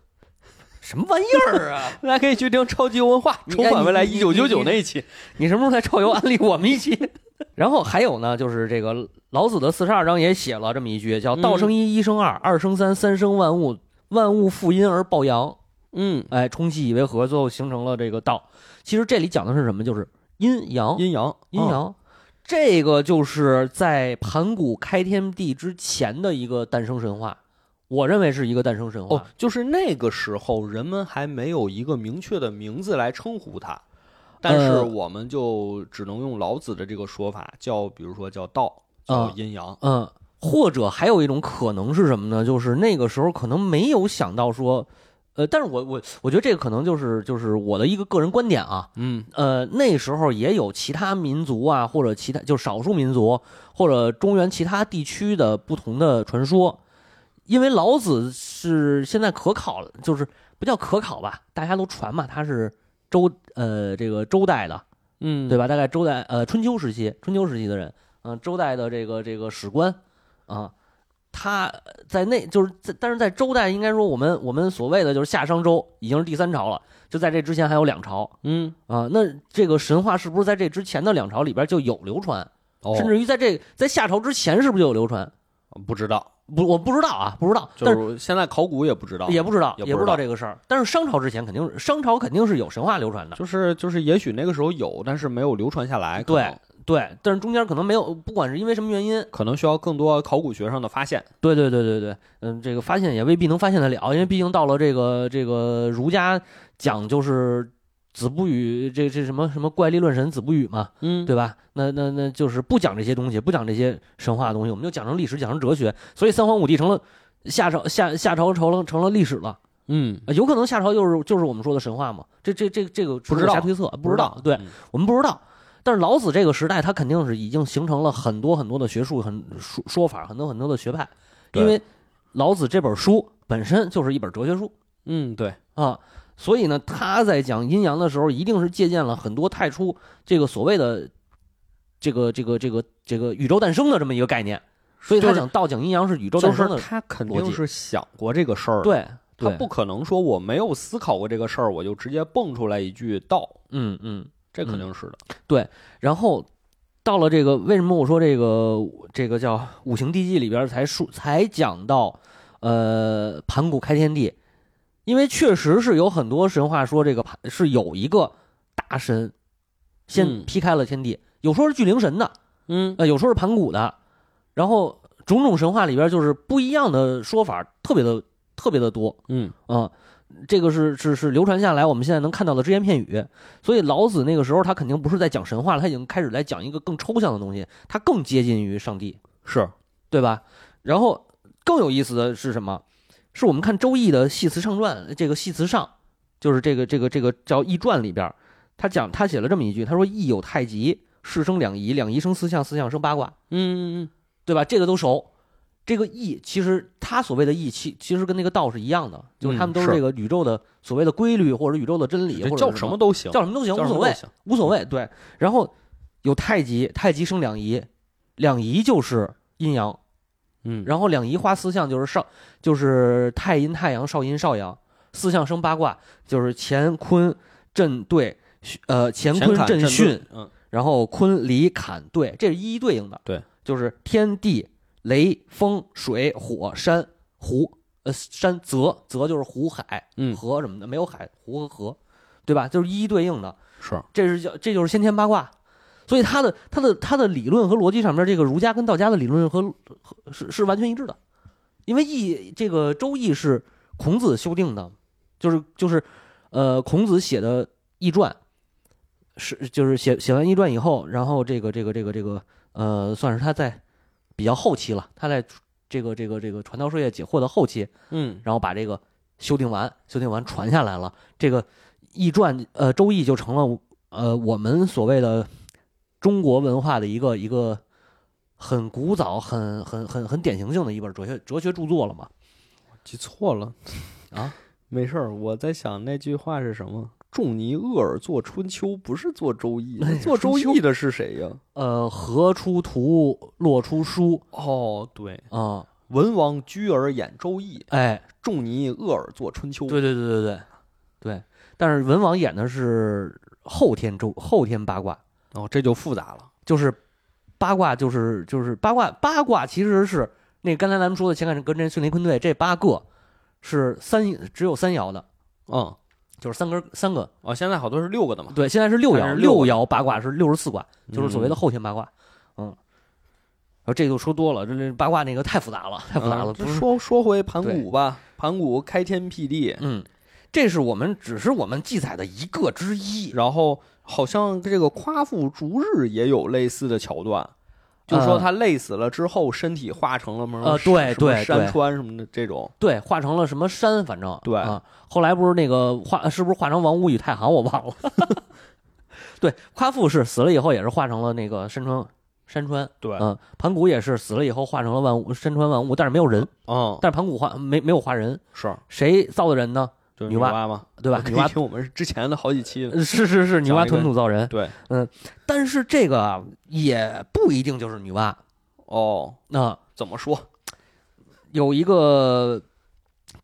[SPEAKER 1] 什么玩意儿啊？
[SPEAKER 2] 大家可以去听《超级文化》，
[SPEAKER 1] 你
[SPEAKER 2] 重返未来
[SPEAKER 1] 你
[SPEAKER 2] 一九九
[SPEAKER 1] 你
[SPEAKER 2] 九
[SPEAKER 1] 你
[SPEAKER 2] 那一期。
[SPEAKER 1] 你什么时候来超游安利我们一期？ 然后还有呢，就是这个老子的四十二章也写了这么一句，叫“
[SPEAKER 2] 嗯
[SPEAKER 1] 道生一，一生二，二生三，三生万物，万物负阴而抱阳”。
[SPEAKER 2] 嗯，
[SPEAKER 1] 哎，冲气以为和，最后形成了这个道。其实这里讲的是什么？就是阴阳，啊
[SPEAKER 2] 阴阳，
[SPEAKER 1] 阴
[SPEAKER 2] 嗯，
[SPEAKER 1] 阳，这个就是在盘古开天地之前的一个诞生神话，我认为是一个诞生神话。
[SPEAKER 2] 哦，就是那个时候人们还没有一个明确的名字来称呼它，但是
[SPEAKER 1] 呃
[SPEAKER 2] 我们就只能用老子的这个说法，叫比如说叫道，叫
[SPEAKER 1] 啊
[SPEAKER 2] 阴阳。
[SPEAKER 1] 嗯，或者还有一种可能是什么呢？就是那个时候可能没有想到说，呃，但是我我我觉得这个可能就是就是我的一个个人观点啊，
[SPEAKER 2] 嗯，
[SPEAKER 1] 呃，那时候也有其他民族啊，或者其他就少数民族，或者中原其他地区的不同的传说。因为老子是现在可考了，就是不叫可考吧，大家都传嘛，他是周呃这个周代的，
[SPEAKER 2] 嗯
[SPEAKER 1] 对吧？大概周代呃春秋时期，春秋时期的人，嗯、周代的这个这个史官啊，他在那就是在，但是在周代应该说我们我们所谓的就是夏商周已经是第三朝了，就在这之前还有两朝，
[SPEAKER 2] 嗯，
[SPEAKER 1] 啊，那这个神话是不是在这之前的两朝里边就有流传？
[SPEAKER 2] 哦，
[SPEAKER 1] 甚至于在这在夏朝之前是不是就有流传？
[SPEAKER 2] 不知道，
[SPEAKER 1] 不，我不知道啊，不知道，
[SPEAKER 2] 就
[SPEAKER 1] 但是
[SPEAKER 2] 是现在考古也不知道，
[SPEAKER 1] 也不知道，
[SPEAKER 2] 也
[SPEAKER 1] 也
[SPEAKER 2] 不
[SPEAKER 1] 不
[SPEAKER 2] 知
[SPEAKER 1] 知
[SPEAKER 2] 道
[SPEAKER 1] 道这个事儿。但是商朝之前肯定是商朝肯定是有神话流传的，
[SPEAKER 2] 就是就是也许那个时候有，但是没有流传下来。可
[SPEAKER 1] 对
[SPEAKER 2] 能
[SPEAKER 1] 对，但是中间可能没有，不管是因为什么原因，
[SPEAKER 2] 可能需要更多考古学上的发现。
[SPEAKER 1] 对对对对对，嗯，这个发现也未必能发现得了，因为毕竟到了这个这个儒家讲就是子不语，这这什么什么怪力乱神子不语嘛，
[SPEAKER 2] 嗯
[SPEAKER 1] 对吧？那那那就是不讲这些东西，不讲这些神话的东西，我们就讲成历史，讲成哲学。所以三皇五帝成了夏朝夏夏朝成了成了历史了，
[SPEAKER 2] 嗯，
[SPEAKER 1] 呃有可能夏朝就是就是我们说的神话嘛？这这这这个
[SPEAKER 2] 不知道
[SPEAKER 1] 瞎推测，不知道，对
[SPEAKER 2] 嗯
[SPEAKER 1] 我们不知道。但是老子这个时代，他肯定是已经形成了很多很多的学术、很说说法、很多很多的学派，
[SPEAKER 2] 对
[SPEAKER 1] 因为老子这本书本身就是一本哲学书
[SPEAKER 2] 嗯，对，
[SPEAKER 1] 啊，所以呢，他在讲阴阳的时候，一定是借鉴了很多太初这个所谓的这个这个这个这个宇宙诞生的这么一个概念，所以他
[SPEAKER 2] 就是
[SPEAKER 1] 讲道讲阴阳是宇宙
[SPEAKER 2] 就
[SPEAKER 1] 诞生
[SPEAKER 2] 是
[SPEAKER 1] 的，
[SPEAKER 2] 他肯
[SPEAKER 1] 逻
[SPEAKER 2] 定
[SPEAKER 1] 辑
[SPEAKER 2] 是想过这个事儿的，
[SPEAKER 1] 对
[SPEAKER 2] 他
[SPEAKER 1] 对，
[SPEAKER 2] 不可能说我没有思考过这个事儿，我就直接蹦出来一句道，
[SPEAKER 1] 嗯嗯。
[SPEAKER 2] 这肯定是的。
[SPEAKER 1] 然后到了这个，为什么我说这个这个叫五行地基里边儿才说才讲到呃盘古开天地，因为确实是有很多神话说这个盘是有一个大神先
[SPEAKER 2] 嗯
[SPEAKER 1] 劈开了天地，有说是巨灵神的，
[SPEAKER 2] 嗯
[SPEAKER 1] 呃，有说是盘古的，然后种种神话里边就是不一样的说法，特别的特别的多。
[SPEAKER 2] 嗯
[SPEAKER 1] 啊、这个是是是流传下来，我们现在能看到的只言片语。所以老子那个时候，他肯定不是在讲神话了，他已经开始来讲一个更抽象的东西，他更接近于上帝，
[SPEAKER 2] 是，
[SPEAKER 1] 对吧？然后更有意思的是什么？是我们看《周易》的《系辞上传》，这个《系辞上》就是这个这个这个叫《易传》里边，他讲他写了这么一句，他说：“易有太极，是生两仪，两仪生四象，四象生八卦。”
[SPEAKER 2] 嗯嗯
[SPEAKER 1] 对吧？这个都熟。这个易其实他所谓的易，其其实跟那个道是一样的，就是他们都是
[SPEAKER 2] 嗯是
[SPEAKER 1] 这个宇宙的所谓的规律或者宇宙的真理，
[SPEAKER 2] 这
[SPEAKER 1] 或者
[SPEAKER 2] 叫
[SPEAKER 1] 是
[SPEAKER 2] 什
[SPEAKER 1] 么
[SPEAKER 2] 么都行，
[SPEAKER 1] 叫什么都行，
[SPEAKER 2] 叫
[SPEAKER 1] 无
[SPEAKER 2] 什
[SPEAKER 1] 所
[SPEAKER 2] 么啊都
[SPEAKER 1] 谓，
[SPEAKER 2] 行。
[SPEAKER 1] 无所谓。对，然后有太极，太极生两仪，两仪就是阴阳，
[SPEAKER 2] 嗯，
[SPEAKER 1] 然后两仪化四象就是少，就是太阴太阳，少阴少阳，四象生八卦，就是乾坤震兑，呃乾
[SPEAKER 2] 乾
[SPEAKER 1] 坤
[SPEAKER 2] 坎
[SPEAKER 1] 震
[SPEAKER 2] 震
[SPEAKER 1] 巽，
[SPEAKER 2] 兑，嗯，
[SPEAKER 1] 然后坤、离、坎对，这是一一对应的。
[SPEAKER 2] 对，
[SPEAKER 1] 就是天地、雷、风、水、火、山、湖，呃，山泽泽就是湖海、
[SPEAKER 2] 嗯
[SPEAKER 1] 河什么的，没有海湖和河，对吧？就是一一对应的。
[SPEAKER 2] 是，
[SPEAKER 1] 这是叫这就是先天八卦，所以它的它的它的理论和逻辑上面，这个儒家跟道家的理论和和是是完全一致的，因为易这个周易是孔子修订的，就是就是呃孔子写的《易传》，是就是写写完《易传》以后，然后这个这个这个这个呃算是他在比较后期了，他在这个这个这个传道授业解惑的后期，
[SPEAKER 2] 嗯
[SPEAKER 1] 然后把这个修订完，修订完传下来了，这个《易传》呃《周易》就成了呃我们所谓的中国文化的一个一个很古早、很很很很典型性的一本哲学哲学著作了嘛。
[SPEAKER 2] 记错了
[SPEAKER 1] 啊，
[SPEAKER 2] 没事儿，我在想那句话是什么。仲尼厄尔做春秋，不是做周易
[SPEAKER 1] 哎呀，
[SPEAKER 2] 做周
[SPEAKER 1] 春
[SPEAKER 2] 易的是谁呀？
[SPEAKER 1] 呃，河出图，洛出书
[SPEAKER 2] 哦，对，
[SPEAKER 1] 啊、
[SPEAKER 2] 文王居而演周易，
[SPEAKER 1] 哎，
[SPEAKER 2] 仲尼厄尔做春秋。
[SPEAKER 1] 对对对对对对，但是文王演的是后天周后天八卦，
[SPEAKER 2] 哦，这就复杂了。
[SPEAKER 1] 就是八卦，就是就是八卦，八卦其实是那刚才咱们说的乾坎艮震巽离坤兑这八个是三只有三爻的，
[SPEAKER 2] 嗯，
[SPEAKER 1] 就是三根三个。
[SPEAKER 2] 哦，现在好多是六个的嘛。
[SPEAKER 1] 对，现在是六
[SPEAKER 2] 它
[SPEAKER 1] 爻，
[SPEAKER 2] 是六个
[SPEAKER 1] 爻八卦是六十四卦，就是所谓的
[SPEAKER 2] 嗯
[SPEAKER 1] 后天八卦。嗯，然后这就说多了，这这八卦那个太复杂了，太复杂了，
[SPEAKER 2] 嗯
[SPEAKER 1] 不
[SPEAKER 2] 这
[SPEAKER 1] 是。
[SPEAKER 2] 说说回盘
[SPEAKER 1] 对
[SPEAKER 2] 古吧，盘古开天辟地，
[SPEAKER 1] 嗯，这是我们只是我们记载的一个之一。
[SPEAKER 2] 然后好像这个夸父逐日也有类似的桥段，就说他累死了之后，身体化成了什么
[SPEAKER 1] 嗯呃对
[SPEAKER 2] 什么
[SPEAKER 1] 对对
[SPEAKER 2] 山川什么的这种。
[SPEAKER 1] 对，化成了什么山，反正
[SPEAKER 2] 对
[SPEAKER 1] 啊。后来不是那个化，是不是化成王屋与太行？我忘了。 对，夸父是死了以后也是化成了那个山川，山川。
[SPEAKER 2] 对
[SPEAKER 1] 嗯，盘古也是死了以后化成了万物，山川万物，但是没有人，
[SPEAKER 2] 嗯，
[SPEAKER 1] 但是盘古化没没有化人，
[SPEAKER 2] 是
[SPEAKER 1] 谁造的人呢？
[SPEAKER 2] 就是
[SPEAKER 1] 女
[SPEAKER 2] 女
[SPEAKER 1] 娲
[SPEAKER 2] 娲嘛，
[SPEAKER 1] 对吧
[SPEAKER 2] 我？可
[SPEAKER 1] 女
[SPEAKER 2] 以
[SPEAKER 1] 娲
[SPEAKER 2] 听我们之前的好几期了。
[SPEAKER 1] 呃是是是，女
[SPEAKER 2] 讲
[SPEAKER 1] 娲
[SPEAKER 2] 这个
[SPEAKER 1] 吞吐造人，
[SPEAKER 2] 对，
[SPEAKER 1] 但是这个啊也不一定就是女娲啊、
[SPEAKER 2] 哦，怎么说？
[SPEAKER 1] 有一个，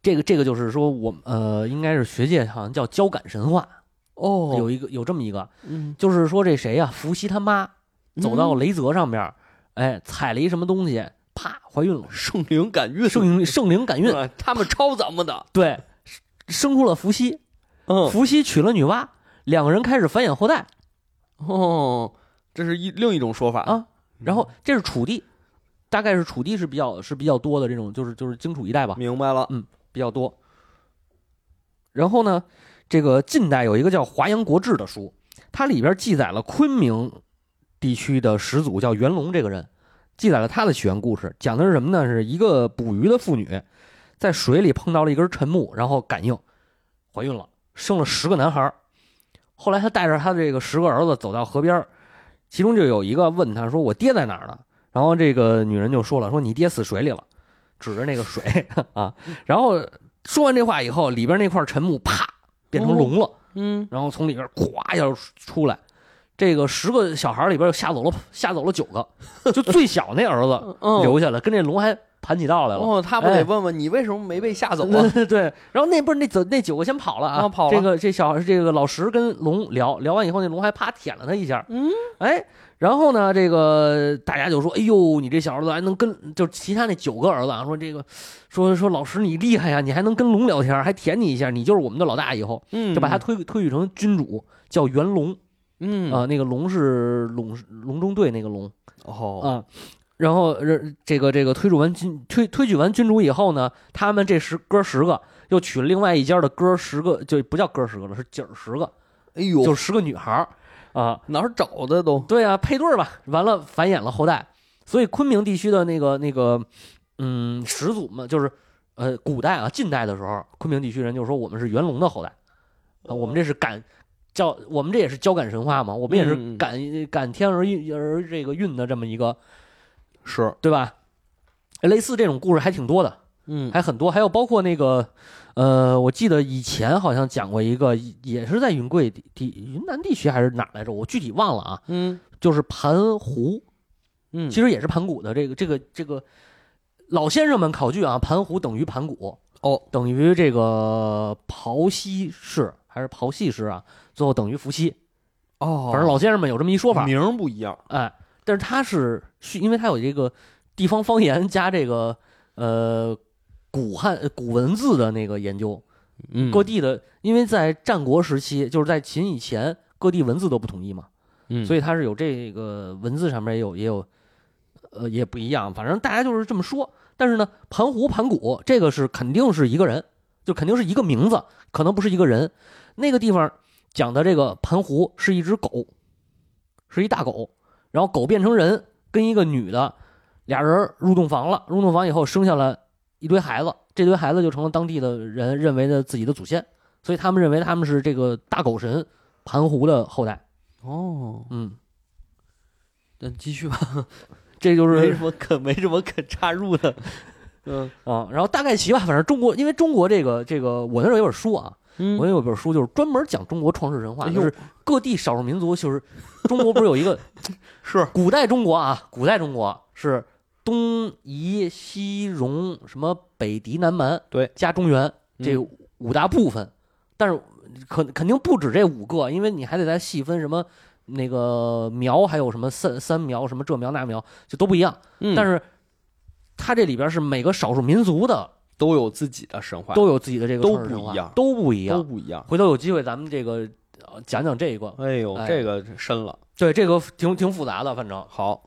[SPEAKER 1] 这个这个就是说我们呃应该是学界好像叫交感神话，
[SPEAKER 2] 哦
[SPEAKER 1] 有一个有这么一个，
[SPEAKER 2] 嗯，
[SPEAKER 1] 就是说这谁呀、伏羲他妈走到雷泽上面儿，哎，踩了一什么东西，啪，怀孕了，
[SPEAKER 2] 圣灵感孕，
[SPEAKER 1] 圣灵嗯圣灵感孕，
[SPEAKER 2] 啊他们抄咱们的。
[SPEAKER 1] 对，生出了伏羲，
[SPEAKER 2] 嗯，
[SPEAKER 1] 伏羲娶了女娲，两个人开始繁衍后代，
[SPEAKER 2] 哦，这是一另一种说法
[SPEAKER 1] 啊。然后这是楚地，大概是楚地是比较是比较多的这种，就是就是荆楚一带吧，
[SPEAKER 2] 明白了，
[SPEAKER 1] 比较多。然后呢，这个近代有一个叫《华阳国志》的书，它里边记载了昆明地区的始祖叫袁隆这个人，记载了他的起源故事，讲的是什么呢？是一个捕鱼的妇女在水里碰到了一根沉木，然后感应怀孕了，生了十个男孩儿。后来她带着她的这个十个儿子走到河边儿，其中就有一个问她说：“我爹在哪儿呢？”然后这个女人就说了：“说你爹死水里了。”指着那个水 啊，然后说完这话以后，里边那块沉木啪变成龙了，
[SPEAKER 2] 嗯，
[SPEAKER 1] 然后从里边咵一下出来。这个十个小孩里边吓走了吓走了九个，就最小那儿子
[SPEAKER 2] 嗯，
[SPEAKER 1] 留下了，跟这龙还盘起道来了。
[SPEAKER 2] 哦，他不得
[SPEAKER 1] 哎
[SPEAKER 2] 问问你为什么没被吓走啊？
[SPEAKER 1] 对，然后那不是那走那九个先跑了啊，
[SPEAKER 2] 啊跑了
[SPEAKER 1] 这个这小这个老石跟龙聊聊完以后，那龙还啪舔了他一下，
[SPEAKER 2] 嗯，
[SPEAKER 1] 哎，然后呢，这个大家就说，哎呦，你这小儿子还能跟就其他那九个儿子啊，说这个说说老石你厉害呀，你还能跟龙聊天，还舔你一下，你就是我们的老大，以后
[SPEAKER 2] 嗯
[SPEAKER 1] 就把他推推举成君主，叫元龙
[SPEAKER 2] 嗯
[SPEAKER 1] 啊、那个龙是龙龙中队那个龙。
[SPEAKER 2] 哦，
[SPEAKER 1] 啊。然后呃这个这个推举完君推推举完君主以后呢，他们这十哥十个又娶了另外一家的哥十个，就不叫哥十个了，是姐儿十个，
[SPEAKER 2] 哎呦，
[SPEAKER 1] 就是十个女孩儿啊。
[SPEAKER 2] 哪儿找的都？
[SPEAKER 1] 对啊，配对儿吧，完了繁衍了后代，所以昆明地区的那个那个嗯始祖们就是呃古代啊近代的时候，昆明地区人就说我们是元龙的后代啊，我们这是感。叫我们这也是交感神话嘛，我们也
[SPEAKER 2] 嗯
[SPEAKER 1] 是
[SPEAKER 2] 嗯
[SPEAKER 1] 感感天而运而这个运的这么一个
[SPEAKER 2] 是，
[SPEAKER 1] 对吧？类似这种故事还挺多的，
[SPEAKER 2] 嗯，
[SPEAKER 1] 还很多，还有包括那个，呃，我记得以前好像讲过一个，也是在云贵地地云南地区还是哪儿来着，我具体忘了啊。
[SPEAKER 2] 嗯
[SPEAKER 1] 就是盘湖，
[SPEAKER 2] 嗯，
[SPEAKER 1] 其实也是盘古的这个这个这个老先生们考据啊，盘湖等于盘古
[SPEAKER 2] 哦，
[SPEAKER 1] 等于这个刨溪氏还是刨系氏啊，最后等于伏羲，
[SPEAKER 2] 哦，
[SPEAKER 1] 反正老先生们有这么一说法，
[SPEAKER 2] 名儿不一样，
[SPEAKER 1] 哎，但是它是是因为它有这个地方方言加这个呃古汉呃古文字的那个研究，
[SPEAKER 2] 嗯
[SPEAKER 1] 各地的，因为在战国时期，就是在秦以前，各地文字都不统一嘛，
[SPEAKER 2] 嗯，
[SPEAKER 1] 所
[SPEAKER 2] 以
[SPEAKER 1] 以它是有这个文字上面也有也有呃也不一样，反正大家就是这么说。但是呢，盘湖盘古这个是肯定是一个人，就肯定是一个名字，可能不是一个人。那个地方讲的这个盘湖是一只狗，是一大狗，然后狗变成人，跟一个女的，俩人入洞房了。入洞房以后生下了一堆孩子，这堆孩子就成了当地的人认为的自己的祖先，所以他们认为他们是这个大狗神盘湖的后代。
[SPEAKER 2] 哦，
[SPEAKER 1] 嗯，
[SPEAKER 2] 咱继续吧，
[SPEAKER 1] 这就
[SPEAKER 2] 没
[SPEAKER 1] 是
[SPEAKER 2] 什么可没什么可插入的，嗯
[SPEAKER 1] 啊，然后大概齐吧，反正中国，因为中国这个这个，我那时候有本书啊，
[SPEAKER 2] 嗯
[SPEAKER 1] 我有本书就是专门讲中国创世神话，
[SPEAKER 2] 哎
[SPEAKER 1] 就
[SPEAKER 2] 呦
[SPEAKER 1] 是各地少数民族，就是中国不是有 一个
[SPEAKER 2] 是
[SPEAKER 1] 古代中国啊，古代中国是东夷西戎什么北狄南蛮，
[SPEAKER 2] 对，
[SPEAKER 1] 加中原这
[SPEAKER 2] 嗯
[SPEAKER 1] 五大部分，但是肯肯定不止这五个，因为你还得再细分什么那个苗，还有什么三三苗，什么这苗那苗，就都不一样。
[SPEAKER 2] 嗯
[SPEAKER 1] 但是它这里边是每个少数民族的
[SPEAKER 2] 都有自己的神话，
[SPEAKER 1] 都有自己的这个
[SPEAKER 2] 都
[SPEAKER 1] 创世
[SPEAKER 2] 不
[SPEAKER 1] 神
[SPEAKER 2] 一
[SPEAKER 1] 话
[SPEAKER 2] 样
[SPEAKER 1] 都不一
[SPEAKER 2] 都
[SPEAKER 1] 样。
[SPEAKER 2] 不一样。
[SPEAKER 1] 回头有机会咱们这个呃讲讲这一个，
[SPEAKER 2] 哎呦，
[SPEAKER 1] 哎
[SPEAKER 2] 这个深了，
[SPEAKER 1] 对这个挺挺复杂的，反正。
[SPEAKER 2] 好，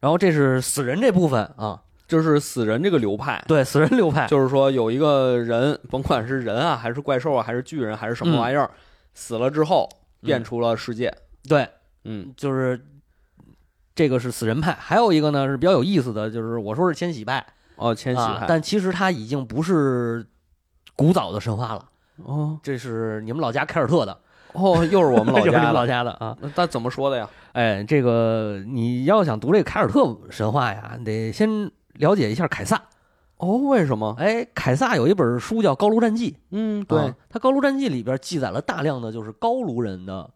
[SPEAKER 1] 然后这是死人这部分啊，
[SPEAKER 2] 就是死人这个流派，
[SPEAKER 1] 对死人流派，
[SPEAKER 2] 就是说有一个人，甭管是人啊，还是怪兽啊，还是巨人，还是什么
[SPEAKER 1] 嗯
[SPEAKER 2] 玩意儿，死了之后
[SPEAKER 1] 嗯
[SPEAKER 2] 变出了世界。
[SPEAKER 1] 对，
[SPEAKER 2] 嗯，
[SPEAKER 1] 就是这个是死人派，还有一个呢是比较有意思的，就是我说是千禧派，
[SPEAKER 2] 哦，千禧
[SPEAKER 1] 啊
[SPEAKER 2] 派，
[SPEAKER 1] 但其实它已经不是古早的神话了，
[SPEAKER 2] 哦
[SPEAKER 1] 这是你们老家凯尔特的，
[SPEAKER 2] 哦，又是我们老
[SPEAKER 1] 就是你
[SPEAKER 2] 家
[SPEAKER 1] 们
[SPEAKER 2] 的
[SPEAKER 1] 老。家的啊。
[SPEAKER 2] 那他怎么说的呀？
[SPEAKER 1] 哎，这个你要想读这个凯尔特神话呀，你得先了解一下凯撒。
[SPEAKER 2] 哦，为什么？
[SPEAKER 1] 哎，凯撒有一本书叫《高卢战记》，
[SPEAKER 2] 嗯，对，
[SPEAKER 1] 啊他《高卢战记》里边记载了大量的就是高卢人的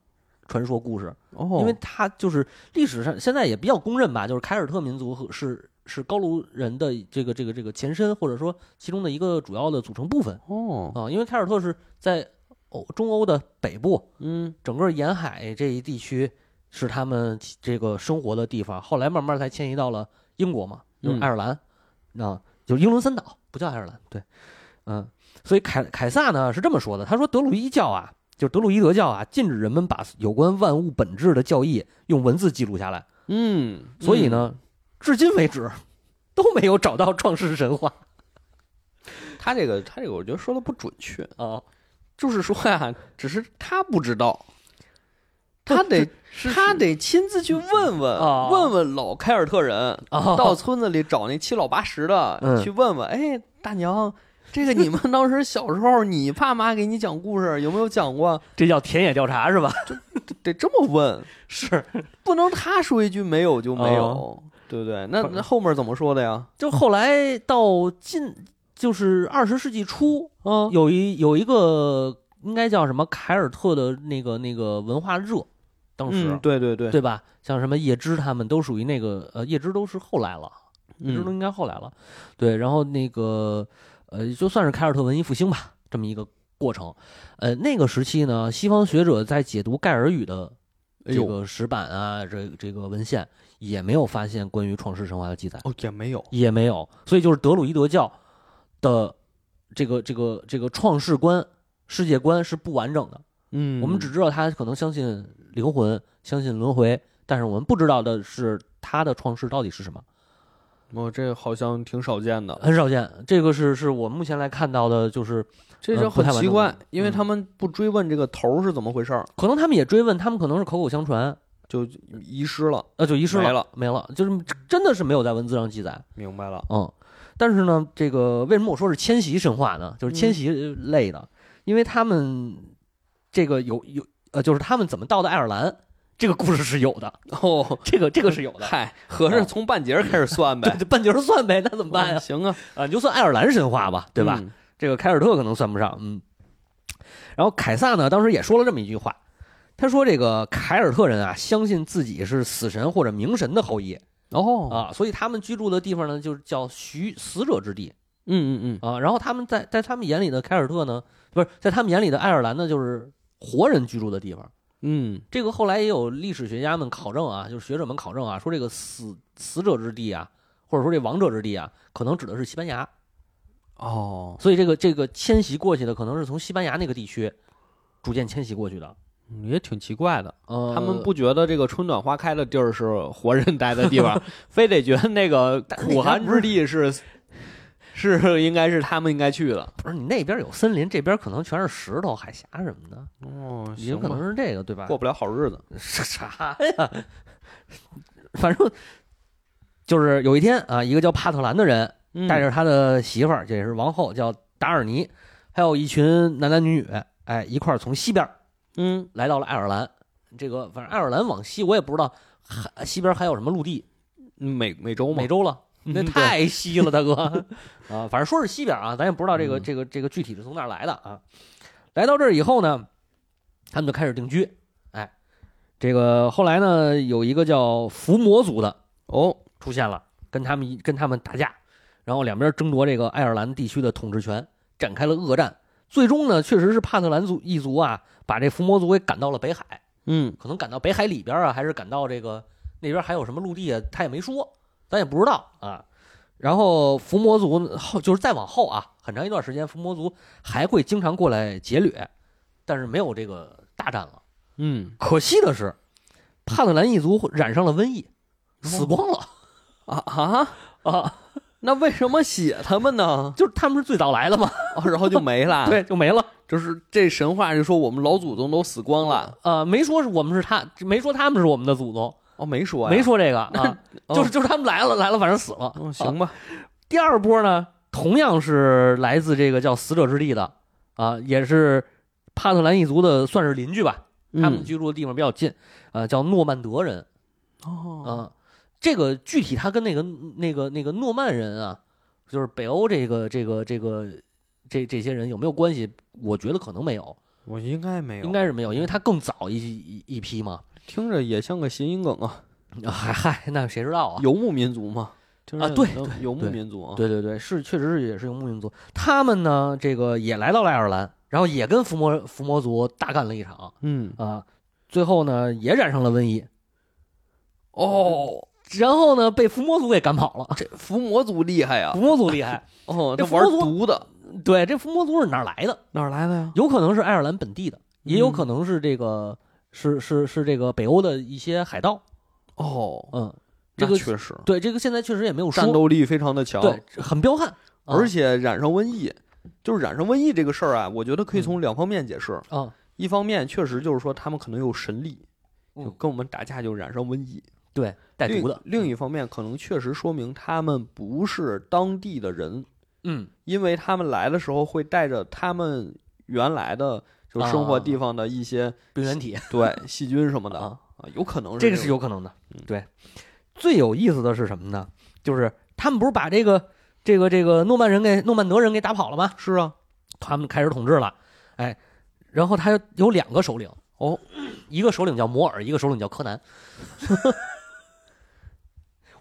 [SPEAKER 1] 传说故事，
[SPEAKER 2] 哦，
[SPEAKER 1] 因为他就是历史上现在也比较公认吧，就是凯尔特民族和是是高卢人的这个这个这个前身，或者说其中的一个主要的组成部分
[SPEAKER 2] 哦，
[SPEAKER 1] 啊，因为凯尔特是在欧中欧的北部，
[SPEAKER 2] 嗯，
[SPEAKER 1] 整个沿海这一地区是他们起这个生活的地方，后来慢慢才迁移到了英国嘛，就是
[SPEAKER 2] 嗯
[SPEAKER 1] 爱尔兰，啊，就是英伦三岛，不叫爱尔兰，对，嗯，所以凯凯撒呢是这么说的，他说德鲁伊教啊就是德鲁伊德教啊，禁止人们把有关万物本质的教义用文字记录下来，
[SPEAKER 2] 嗯，
[SPEAKER 1] 所以呢，至今为止都没有找到创世神话
[SPEAKER 2] 嗯，他这个他这个，我觉得说的不准确，
[SPEAKER 1] 啊。
[SPEAKER 2] 就是说呀、只是他不知道，
[SPEAKER 1] 对
[SPEAKER 2] 他得
[SPEAKER 1] 是
[SPEAKER 2] 他得亲自去问问、
[SPEAKER 1] 哦
[SPEAKER 2] 问问老凯尔特人，
[SPEAKER 1] 啊，
[SPEAKER 2] 哦到村子里找那七老八十的、
[SPEAKER 1] 嗯
[SPEAKER 2] 去问问，哎，大娘。这个你们 当时小时候，你爸妈给你讲故事有没有讲过？
[SPEAKER 1] 这叫田野调查是吧？
[SPEAKER 2] 得这么问，
[SPEAKER 1] 是，
[SPEAKER 2] 不能他说一句没有就没有，
[SPEAKER 1] 哦
[SPEAKER 2] 对不对？那那后面怎么说的呀？
[SPEAKER 1] 就后来到近就是二十世纪初，
[SPEAKER 2] 嗯，
[SPEAKER 1] 有哦一有一个应该叫什么凯尔特的那个那个文化热，当时、
[SPEAKER 2] 嗯，对对对，
[SPEAKER 1] 对吧？像什么叶芝他们都属于那个呃，叶芝都是后来了，叶芝都
[SPEAKER 2] 嗯
[SPEAKER 1] 应该后来了，对。然后那个呃，就算是凯尔特文艺复兴吧，这么一个过程。呃，那个时期呢，西方学者在解读盖尔语的这
[SPEAKER 2] 哎呦，
[SPEAKER 1] 个石板啊，这这个文献也没有发现关于创世神话的记载，
[SPEAKER 2] 哦也没有，
[SPEAKER 1] 也没有。所以就是德鲁伊德教的这个这个这个创世观、世界观是不完整的。
[SPEAKER 2] 嗯
[SPEAKER 1] 我们只知道他可能相信灵魂，相信轮回，但是我们不知道的是他的创世到底是什么，
[SPEAKER 2] 哦，这好像挺少见的，
[SPEAKER 1] 很少见。这个是是我目前来看到的，就是
[SPEAKER 2] 这就
[SPEAKER 1] 嗯不
[SPEAKER 2] 很
[SPEAKER 1] 太完
[SPEAKER 2] 奇
[SPEAKER 1] 整
[SPEAKER 2] 怪
[SPEAKER 1] 的，
[SPEAKER 2] 因为
[SPEAKER 1] 嗯
[SPEAKER 2] 他们不追问这个头儿是怎么回事儿，
[SPEAKER 1] 可能他们也追问，他们可能是口口相传，
[SPEAKER 2] 就遗失了。
[SPEAKER 1] 呃，就遗失
[SPEAKER 2] 没
[SPEAKER 1] 了，
[SPEAKER 2] 了
[SPEAKER 1] 没了，就是真的是没有在文字上记载。
[SPEAKER 2] 明白了，
[SPEAKER 1] 嗯，但是呢，这个为什么我说是迁徙神话呢？就是迁徙类的，因为他们这个有有呃，就是他们怎么到的爱尔兰，这个故事是有的，
[SPEAKER 2] 哦，
[SPEAKER 1] 这个这个是有的。
[SPEAKER 2] 嗨，合着从半截儿开始算
[SPEAKER 1] 哦 对
[SPEAKER 2] 呗，
[SPEAKER 1] 对，半截儿算呗，那怎么办呀
[SPEAKER 2] 哦？ 行啊，
[SPEAKER 1] 啊，你就算爱尔兰神话吧，对吧？
[SPEAKER 2] 嗯？
[SPEAKER 1] 这个凯尔特可能算不上，嗯。然后凯撒呢，当时也说了这么一句话，他说这个凯尔特人啊，相信自己是死神或者冥神的后裔
[SPEAKER 2] 哦，
[SPEAKER 1] 啊，所以他们居住的地方呢，就是叫徐死者之地
[SPEAKER 2] 嗯嗯
[SPEAKER 1] 啊。然后他们在在他们眼里的凯尔特呢，不是在他们眼里的爱尔兰呢，就是活人居住的地方。
[SPEAKER 2] 嗯
[SPEAKER 1] 这个后来也有历史学家们考证啊，就是学者们考证啊，说这个死死者之地啊，或者说这王者之地啊，可能指的是西班牙。
[SPEAKER 2] 嗯，哦，
[SPEAKER 1] 所以这个这个迁徙过去的可能是从西班牙那个地区逐渐迁徙过去的。
[SPEAKER 2] 嗯也挺奇怪的。
[SPEAKER 1] 呃，
[SPEAKER 2] 他们不觉得这个春暖花开的地儿是活人待的地 方，非得觉得那个苦寒之地是是应该是他们应该去的。
[SPEAKER 1] 不是你那边有森林，这边可能全是石头、海峡什么的，
[SPEAKER 2] 哦
[SPEAKER 1] 也有可能是这个对吧？
[SPEAKER 2] 过不了好日子。
[SPEAKER 1] 是 啥呀？反正就是有一天啊，一个叫帕特兰的人
[SPEAKER 2] 嗯
[SPEAKER 1] 带着他的媳妇儿，这也是王后，叫达尔尼，还有一群男男女女，哎，一块儿从西边
[SPEAKER 2] 嗯
[SPEAKER 1] 来到了爱尔兰。这个反正爱尔兰往西，我也不知道还西边还有什么陆地，
[SPEAKER 2] 嗯，美美洲嘛，
[SPEAKER 1] 美洲了。那
[SPEAKER 2] 嗯
[SPEAKER 1] 太西了，大哥 啊！反正说是西边啊，咱也不知道这个
[SPEAKER 2] 嗯
[SPEAKER 1] 这个这个具体是从哪儿来的啊。来到这儿以后呢，他们就开始定居。哎，这个后来呢，有一个叫伏魔族的
[SPEAKER 2] 哦，
[SPEAKER 1] 出现了，跟他们一跟他们打架，然后两边争夺这个爱尔兰地区的统治权，展开了恶战。最终呢，确实是帕特兰族一族啊，把这伏魔族给赶到了北海，
[SPEAKER 2] 嗯
[SPEAKER 1] 可能赶到北海里边啊，还是赶到这个那边还有什么陆地啊，他也没说，咱也不知道啊。然后伏魔族后就是再往后啊，很长一段时间，伏魔族还会经常过来劫掠，但是没有这个大战了。
[SPEAKER 2] 嗯
[SPEAKER 1] 可惜的是，帕特兰一族染上了瘟疫，死光了
[SPEAKER 2] 啊啊，
[SPEAKER 1] 啊！
[SPEAKER 2] 那为什么写他们呢？
[SPEAKER 1] 就是他们是最早来的嘛，
[SPEAKER 2] 哦，然后就没 了。，
[SPEAKER 1] 对，就没了。
[SPEAKER 2] 就是这神话就说我们老祖宗都死光了。
[SPEAKER 1] 呃，没说是我们是他，没说他们是我们的祖宗，
[SPEAKER 2] 哦，没说呀，
[SPEAKER 1] 没说这个啊，
[SPEAKER 2] 哦
[SPEAKER 1] 就是就是他们来了，来了，反正死了。
[SPEAKER 2] 哦，
[SPEAKER 1] 啊
[SPEAKER 2] 行吧，
[SPEAKER 1] 第二波呢，同样是来自这个叫死者之地的啊，也是帕特兰一族的，算是邻居吧。他们
[SPEAKER 2] 嗯
[SPEAKER 1] 居住的地方比较近，呃，叫诺曼德人啊、
[SPEAKER 2] 哦，
[SPEAKER 1] 这个具体他跟那个那个那个诺曼人啊，就是北欧这个这个这个这这些人有没有关系？我觉得可能没有，
[SPEAKER 2] 我应该没有，
[SPEAKER 1] 应该是没有，因为他更早一一一批嘛。
[SPEAKER 2] 听着也像个谐音梗啊，
[SPEAKER 1] 嗨嗨，那谁知道啊？
[SPEAKER 2] 游牧民族嘛。听着
[SPEAKER 1] 啊对
[SPEAKER 2] 像游牧
[SPEAKER 1] 对
[SPEAKER 2] 民族啊，
[SPEAKER 1] 对对对，是确实是也是游牧民族，他们呢这个也来到了爱尔兰，然后也跟伏魔伏魔族大干了一场
[SPEAKER 2] 嗯，
[SPEAKER 1] 啊，最后呢也染上了瘟疫，
[SPEAKER 2] 哦，
[SPEAKER 1] 然后呢被伏魔族给赶跑了。
[SPEAKER 2] 这伏魔族厉害呀
[SPEAKER 1] 伏！魔族厉 害，
[SPEAKER 2] 哦，
[SPEAKER 1] 这
[SPEAKER 2] 他
[SPEAKER 1] 伏魔
[SPEAKER 2] 玩
[SPEAKER 1] 族
[SPEAKER 2] 毒的，
[SPEAKER 1] 对，这伏魔族是哪儿来的？
[SPEAKER 2] 哪儿来的呀？
[SPEAKER 1] 有可能是爱尔兰本地的，也
[SPEAKER 2] 嗯
[SPEAKER 1] 有可能是这个是是是这个北欧的一些海盗，
[SPEAKER 2] 哦，
[SPEAKER 1] 嗯，这
[SPEAKER 2] 那
[SPEAKER 1] 个
[SPEAKER 2] 确实
[SPEAKER 1] 对这个现在确实也没有说
[SPEAKER 2] 战斗力非常的强，
[SPEAKER 1] 对，很彪悍，啊
[SPEAKER 2] 而且染上瘟疫，就是染上瘟疫这个事儿啊，我觉得可以从两方面解释。
[SPEAKER 1] 啊，
[SPEAKER 2] 一方面确实就是说他们可能有神力，
[SPEAKER 1] 嗯
[SPEAKER 2] 就跟我们打架就染上瘟疫。
[SPEAKER 1] 对，带毒的，
[SPEAKER 2] 另另
[SPEAKER 1] 一
[SPEAKER 2] 一方面，可能确实说明他们不是当地的人，
[SPEAKER 1] 嗯
[SPEAKER 2] 因为他们来的时候会带着他们原来的就生活地方的一些、
[SPEAKER 1] 病原体
[SPEAKER 2] 对细菌什么的
[SPEAKER 1] 啊，
[SPEAKER 2] 啊，有可能是
[SPEAKER 1] 这
[SPEAKER 2] 个
[SPEAKER 1] 个是有可能的
[SPEAKER 2] 嗯。
[SPEAKER 1] 对，最有意思的是什么呢？就是他们不是把这个这个这个诺曼人给诺曼德人给打跑了吗？
[SPEAKER 2] 是啊，
[SPEAKER 1] 他们开始统治了，哎，然后他有两个首领
[SPEAKER 2] 哦，
[SPEAKER 1] 一个首领叫摩尔，一个首领叫柯南。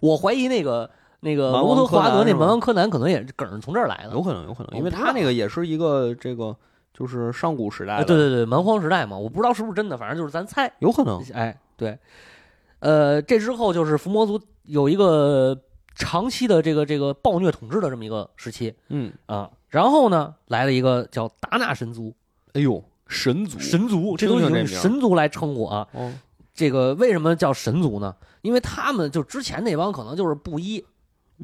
[SPEAKER 1] 我怀疑那个那个
[SPEAKER 2] 蛮
[SPEAKER 1] 罗
[SPEAKER 2] 王
[SPEAKER 1] 德华
[SPEAKER 2] 柯
[SPEAKER 1] 德
[SPEAKER 2] 南
[SPEAKER 1] 那
[SPEAKER 2] 是吗
[SPEAKER 1] 蛮王柯南可能也是梗是从这儿来的
[SPEAKER 2] 有。可能有可能，
[SPEAKER 1] 我
[SPEAKER 2] 因
[SPEAKER 1] 哦
[SPEAKER 2] 为
[SPEAKER 1] 不知
[SPEAKER 2] 他
[SPEAKER 1] 道
[SPEAKER 2] 那个也是一个这个就是上古时代
[SPEAKER 1] 啊，
[SPEAKER 2] 的，
[SPEAKER 1] 对对对，蛮荒时代嘛，我不知道是不是真的，反正就是咱猜。
[SPEAKER 2] 有可能
[SPEAKER 1] 哎，对，呃，这之后就是伏魔族有一个长期的这个这个暴虐统治的这么一个时期
[SPEAKER 2] 嗯，
[SPEAKER 1] 啊、然后呢，来了一个叫达纳神族，
[SPEAKER 2] 哎呦，神族
[SPEAKER 1] 神族这
[SPEAKER 2] 听
[SPEAKER 1] 都已
[SPEAKER 2] 听这
[SPEAKER 1] 经
[SPEAKER 2] 名儿
[SPEAKER 1] 神族来称呼啊。
[SPEAKER 2] 哦，
[SPEAKER 1] 这个为什么叫神族呢？因为他们就之前那帮可能就是布衣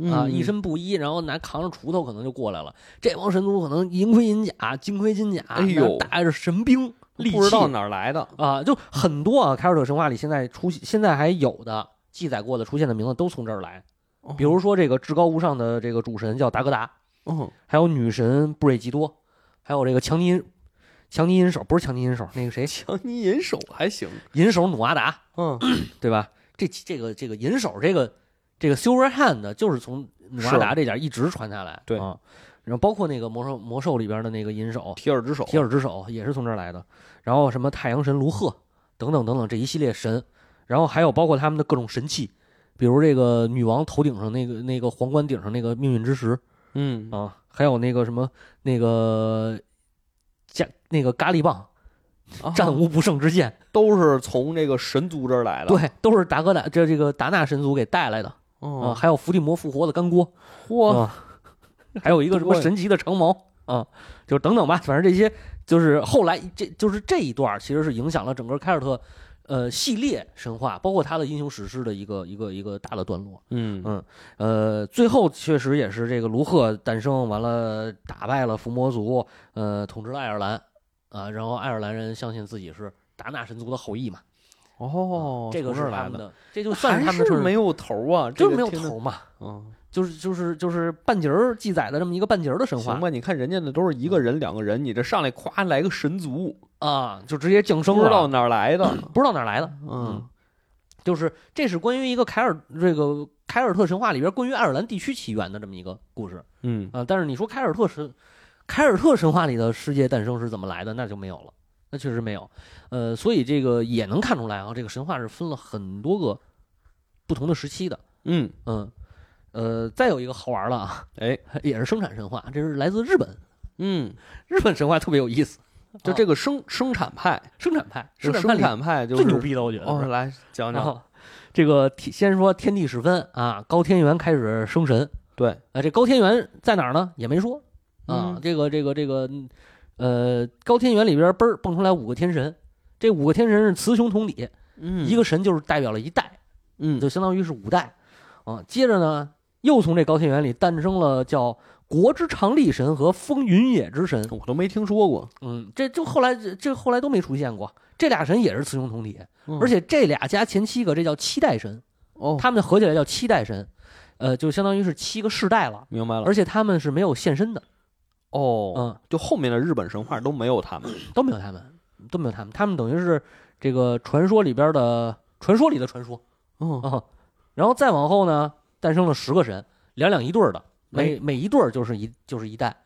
[SPEAKER 1] 啊，
[SPEAKER 2] 嗯
[SPEAKER 1] 一身布衣，然后拿扛着锄头可能就过来了。这帮神族可能银盔银甲、金盔金甲，
[SPEAKER 2] 哎呦
[SPEAKER 1] 打着神兵，利器
[SPEAKER 2] 不知道哪儿来的，
[SPEAKER 1] 啊，就很多啊，凯尔特神话里现在出现在还有的记载过的出现的名字都从这儿来，
[SPEAKER 2] 哦
[SPEAKER 1] 比如说这个至高无上的这个主神叫达格达，
[SPEAKER 2] 嗯，
[SPEAKER 1] 还有女神布瑞吉多，还有这个强尼银强尼银手不是强尼银手，那个谁
[SPEAKER 2] 强尼银手还行，
[SPEAKER 1] 银手努阿达，
[SPEAKER 2] 嗯，
[SPEAKER 1] 对吧？这这个这个银手这个这个 Silver Hand 就是从努阿达这点一直传下来，
[SPEAKER 2] 对
[SPEAKER 1] 啊，然后包括那个魔兽魔兽里边的那个银手，
[SPEAKER 2] 铁耳之手，
[SPEAKER 1] 铁耳之手也是从这儿来的，然后什么太阳神卢赫等等等等这一系列神，然后还有包括他们的各种神器，比如这个女王头顶上那个那个皇冠顶上那个命运之石
[SPEAKER 2] 嗯，
[SPEAKER 1] 啊，还有那个什么那个加那个咖喱棒，
[SPEAKER 2] 啊
[SPEAKER 1] 战无不胜之剑，
[SPEAKER 2] 都是从这个神族这儿来的，，
[SPEAKER 1] 对，都是达哥达这这个达纳神族给带来的啊，
[SPEAKER 2] 哦，
[SPEAKER 1] 还有伏地魔复活的干锅，
[SPEAKER 2] 嚯，
[SPEAKER 1] 啊，还有一个什么神奇的长矛啊，就等等吧，反正这些就是后来这就是这一段儿其实是影响了整个凯尔特呃系列神话，包括他的英雄史诗的一个一个一个大的段落。
[SPEAKER 2] 嗯
[SPEAKER 1] 嗯呃，最后确实也是这个卢赫诞生，完了打败了伏魔族，呃，统治了爱尔兰啊，然后爱尔兰人相信自己是达纳神族的后裔嘛，
[SPEAKER 2] 哦，
[SPEAKER 1] 这个
[SPEAKER 2] 从这
[SPEAKER 1] 是
[SPEAKER 2] 儿
[SPEAKER 1] 他
[SPEAKER 2] 来
[SPEAKER 1] 们
[SPEAKER 2] 的，
[SPEAKER 1] 的，这就算是他们的
[SPEAKER 2] 还
[SPEAKER 1] 传
[SPEAKER 2] 是
[SPEAKER 1] 说
[SPEAKER 2] 没有头啊，
[SPEAKER 1] 就
[SPEAKER 2] 这
[SPEAKER 1] 是
[SPEAKER 2] 个
[SPEAKER 1] 没有
[SPEAKER 2] 听着，
[SPEAKER 1] 头嘛，
[SPEAKER 2] 嗯，
[SPEAKER 1] 就是就是就是半截儿记载的这么一个半截儿的神话嗯
[SPEAKER 2] 行，吧，你看人家那都是一个人两个人，你这上来夸来个神族，
[SPEAKER 1] 啊，就直接降生
[SPEAKER 2] 不知道
[SPEAKER 1] 了，
[SPEAKER 2] 哪儿来的，
[SPEAKER 1] 不知道哪儿来的。
[SPEAKER 2] 嗯，
[SPEAKER 1] 就是这是关于一个凯尔这个凯尔特神话里边关于爱尔兰地区起源的这么一个故事
[SPEAKER 2] 嗯，
[SPEAKER 1] 啊。但是你说凯尔特神凯尔特神话里的世界诞生是怎么来的，那就没有了，那确实没有。呃，所以这个也能看出来啊，这个神话是分了很多个不同的时期的。
[SPEAKER 2] 嗯，
[SPEAKER 1] 嗯，呃，再有一个好玩了啊，
[SPEAKER 2] 哎，
[SPEAKER 1] 也是生产神话，这是来自日本，
[SPEAKER 2] 嗯，
[SPEAKER 1] 日本神话特别有意思，
[SPEAKER 2] 就这个生生产派，
[SPEAKER 1] 生产派，
[SPEAKER 2] 这
[SPEAKER 1] 啊生
[SPEAKER 2] 个
[SPEAKER 1] 产派
[SPEAKER 2] 生
[SPEAKER 1] 里
[SPEAKER 2] 产派就
[SPEAKER 1] 最牛
[SPEAKER 2] 是，
[SPEAKER 1] 逼的，我觉得是
[SPEAKER 2] 哦，来讲
[SPEAKER 1] 然
[SPEAKER 2] 讲，
[SPEAKER 1] 后 这个天先说天地始分啊，高天元开始生神
[SPEAKER 2] 对，
[SPEAKER 1] 啊，这高天元在哪儿呢？也没说啊，
[SPEAKER 2] 嗯
[SPEAKER 1] 这个这个这个，嗯呃，高天元里边嘣儿蹦出来五个天神，这五个天神是雌雄同体，
[SPEAKER 2] 嗯，
[SPEAKER 1] 一个神就是代表了一代，
[SPEAKER 2] 嗯
[SPEAKER 1] 就相当于是五代啊。接着呢，又从这高天元里诞生了叫国之长力神和风云野之神，
[SPEAKER 2] 我都没听说过，
[SPEAKER 1] 嗯，这就后来这这后来都没出现过，这俩神也是雌雄同体，
[SPEAKER 2] 嗯
[SPEAKER 1] 而且这俩加前七个，这叫七代神。
[SPEAKER 2] 哦，
[SPEAKER 1] 他们合起来叫七代神，呃，就相当于是七个世代了，
[SPEAKER 2] 明白了，
[SPEAKER 1] 而且他们是没有现身的，
[SPEAKER 2] 哦，
[SPEAKER 1] 嗯，
[SPEAKER 2] 就后面的日本神话都没有他们，
[SPEAKER 1] 都没有他们，都没有他们，他们等于是这个传说里边的传说里的传说
[SPEAKER 2] 嗯，
[SPEAKER 1] 啊、然后再往后呢，诞生了十个神，两两一对儿
[SPEAKER 2] 哎
[SPEAKER 1] 的，每每一对儿就是一就是一代，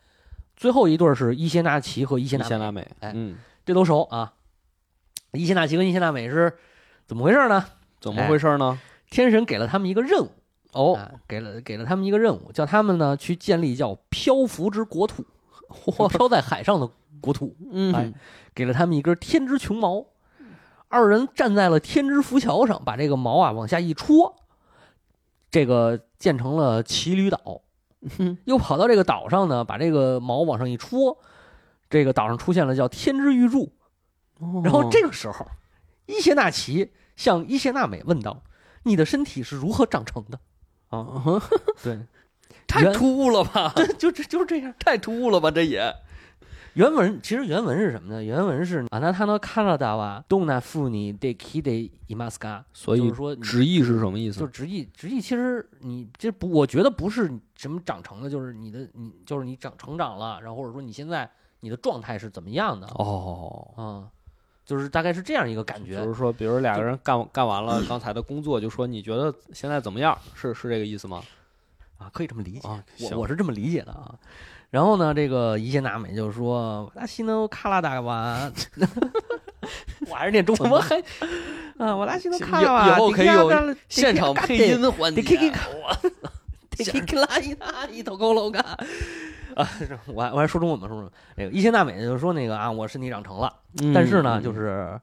[SPEAKER 1] 最后一对儿是伊邪那岐和伊邪
[SPEAKER 2] 伊
[SPEAKER 1] 那
[SPEAKER 2] 邪
[SPEAKER 1] 美，
[SPEAKER 2] 那美，
[SPEAKER 1] 哎
[SPEAKER 2] 嗯，
[SPEAKER 1] 这都熟啊。伊邪那岐跟伊邪那美是怎么回事呢？
[SPEAKER 2] 怎么回事呢？
[SPEAKER 1] 天神给了他们一个任务，
[SPEAKER 2] 哦，
[SPEAKER 1] 啊，给了给了他们一个任务，叫他们呢去建立叫漂浮之国 土，或漂在海上的国土，哎
[SPEAKER 2] 嗯，
[SPEAKER 1] 给了他们一根天之琼矛。二人站在了天之浮桥上，把这个矛啊往下一戳，这个建成了骑驴岛。又跑到这个岛上呢，把这个矛往上一戳，这个岛上出现了叫天之玉柱，然后这个时候，伊邪那岐向伊邪那美问道：“你的身体是如何长成的
[SPEAKER 2] 哦啊？”
[SPEAKER 1] 对，
[SPEAKER 2] 太突兀了吧？
[SPEAKER 1] 对， 就这就是这样。
[SPEAKER 2] 太突兀了吧？这也
[SPEAKER 1] 原文其实原文是什么呢？原文是啊，那他呢卡拉达瓦动那妇你得 k 得伊马斯卡，
[SPEAKER 2] 所以
[SPEAKER 1] 就是说你
[SPEAKER 2] 直译是什么意
[SPEAKER 1] 就
[SPEAKER 2] 思？
[SPEAKER 1] 直译直译，其实你这不，我觉得不是什么长成的，就是你的你就是你长成长了，然后或者说你现在你的状态是怎么样的啊、
[SPEAKER 2] 哦，
[SPEAKER 1] 嗯就是大概是这样一个感觉
[SPEAKER 2] 就。是说，比如两个人干干 完了刚才的工作，就说你觉得现在怎么样？是是这个 意思吗？
[SPEAKER 1] 啊，可以这么理解，
[SPEAKER 2] 啊行
[SPEAKER 1] 我 我是这么理解的啊。然后呢，这个伊邪那美就说：“瓦达西诺卡拉达瓦， 我还是念中
[SPEAKER 2] 怎
[SPEAKER 1] 文
[SPEAKER 2] 么
[SPEAKER 1] 吧。
[SPEAKER 2] 还
[SPEAKER 1] 啊，瓦达西诺
[SPEAKER 2] 以
[SPEAKER 1] 卡拉瓦，
[SPEAKER 2] 以后可以有现场配音啊环
[SPEAKER 1] 得
[SPEAKER 2] 节？
[SPEAKER 1] k k 我，得 k k 拉一拉一头高楼嘎。啊，我还我还说中文吧，说中文。哎那个伊邪那美就说那个啊，我身体长成了，
[SPEAKER 2] 嗯
[SPEAKER 1] 但是呢，就是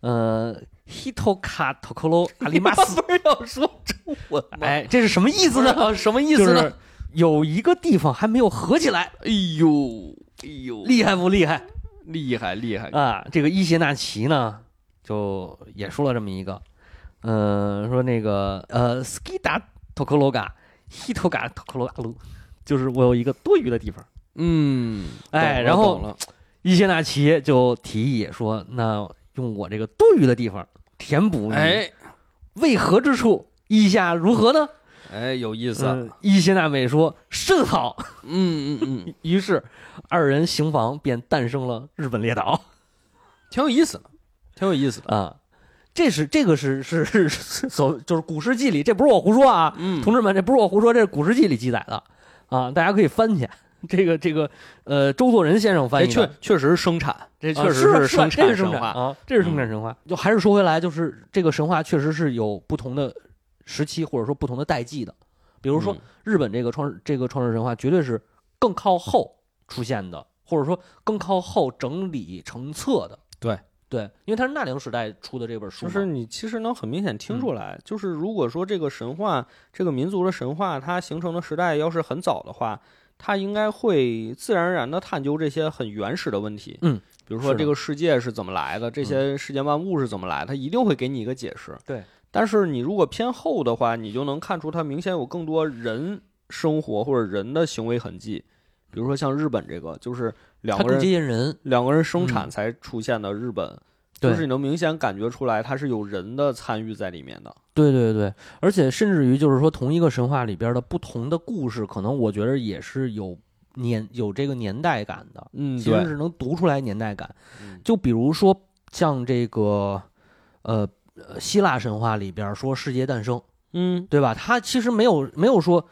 [SPEAKER 1] 呃，hito 卡 t o k o l o 阿里马斯，
[SPEAKER 2] 不是要说中文吗？
[SPEAKER 1] 哎，这是什么意
[SPEAKER 2] 不
[SPEAKER 1] 思
[SPEAKER 2] 是
[SPEAKER 1] 呢？
[SPEAKER 2] 啊，什么意
[SPEAKER 1] 就
[SPEAKER 2] 思呢？
[SPEAKER 1] 是有一个地方还没有合起来，
[SPEAKER 2] 哎呦，哎呦，
[SPEAKER 1] 厉害不厉害
[SPEAKER 2] 厉害厉害！
[SPEAKER 1] 啊？这个伊邪那岐呢，就也说了这么一个，呃，说那个呃，skida tokologa hitoga tokologa 就是我有一个多余的地方。
[SPEAKER 2] 嗯，
[SPEAKER 1] 哎
[SPEAKER 2] 懂了
[SPEAKER 1] 然后
[SPEAKER 2] 懂了
[SPEAKER 1] 伊邪那岐就提议说，那用我这个多余的地方填补你
[SPEAKER 2] 哎
[SPEAKER 1] 未合之处，意下如何呢？
[SPEAKER 2] 哎，有意思啊，
[SPEAKER 1] 嗯伊邪那美说甚好。
[SPEAKER 2] 嗯嗯 嗯，
[SPEAKER 1] 于是二人行房便诞生了日本列岛。
[SPEAKER 2] 挺有意思的，挺有意思的。
[SPEAKER 1] 啊，这是这个是是是是所就是古世纪里，这不是我胡说啊，
[SPEAKER 2] 嗯
[SPEAKER 1] 同志们，这不是我胡说，这是古世纪里记载的啊，大家可以翻去。这个这个呃，周作人先生翻
[SPEAKER 2] 这
[SPEAKER 1] 译的
[SPEAKER 2] 哎确，确实是生产，这确
[SPEAKER 1] 啊
[SPEAKER 2] 实
[SPEAKER 1] 是
[SPEAKER 2] 生
[SPEAKER 1] 这
[SPEAKER 2] 产
[SPEAKER 1] 是生
[SPEAKER 2] 神
[SPEAKER 1] 产
[SPEAKER 2] 话。
[SPEAKER 1] 啊，这是生产神话。就还是说回来，就是这个神话确实是有不同的时期或者说不同的代际的，比
[SPEAKER 2] 比
[SPEAKER 1] 如说日本这个创这个创世神话绝对是更靠后出现的，或者说更靠后整理成册的。
[SPEAKER 2] 对
[SPEAKER 1] 对，因为它是奈良时代出的这本书
[SPEAKER 2] 就
[SPEAKER 1] 嘛，
[SPEAKER 2] 是你其实能很明显听出来，就是如果说这个神话，这个民族的神话，它形成的时代要是很早的话，它应该会自然而然的探究这些很原始的问题。
[SPEAKER 1] 嗯，
[SPEAKER 2] 比如说
[SPEAKER 1] 是的
[SPEAKER 2] 这个世界是嗯怎么来的，这些世界万物是怎么来的，它一定会给你一个解释。
[SPEAKER 1] 对，
[SPEAKER 2] 但是你如果偏后的话，你就能看出它明显有更多人生活或者人的行为痕迹。比如说像日本这个，就是两
[SPEAKER 1] 它
[SPEAKER 2] 个
[SPEAKER 1] 更接
[SPEAKER 2] 人
[SPEAKER 1] 近人，
[SPEAKER 2] 两个人生产
[SPEAKER 1] 嗯
[SPEAKER 2] 才出现的日本，
[SPEAKER 1] 对
[SPEAKER 2] 就是你能明显感觉出来，它是有人的参与在里面的。
[SPEAKER 1] 对对对，而且甚至于就是说，同一个神话里边的不同的故事，可能我觉得也是有年有这个年代感的，
[SPEAKER 2] 嗯
[SPEAKER 1] 其实，是能读出来年代感。
[SPEAKER 2] 嗯
[SPEAKER 1] 就比如说像这个，呃，呃希腊神话里边说世界诞生，
[SPEAKER 2] 嗯
[SPEAKER 1] 对吧？它其实没有没有说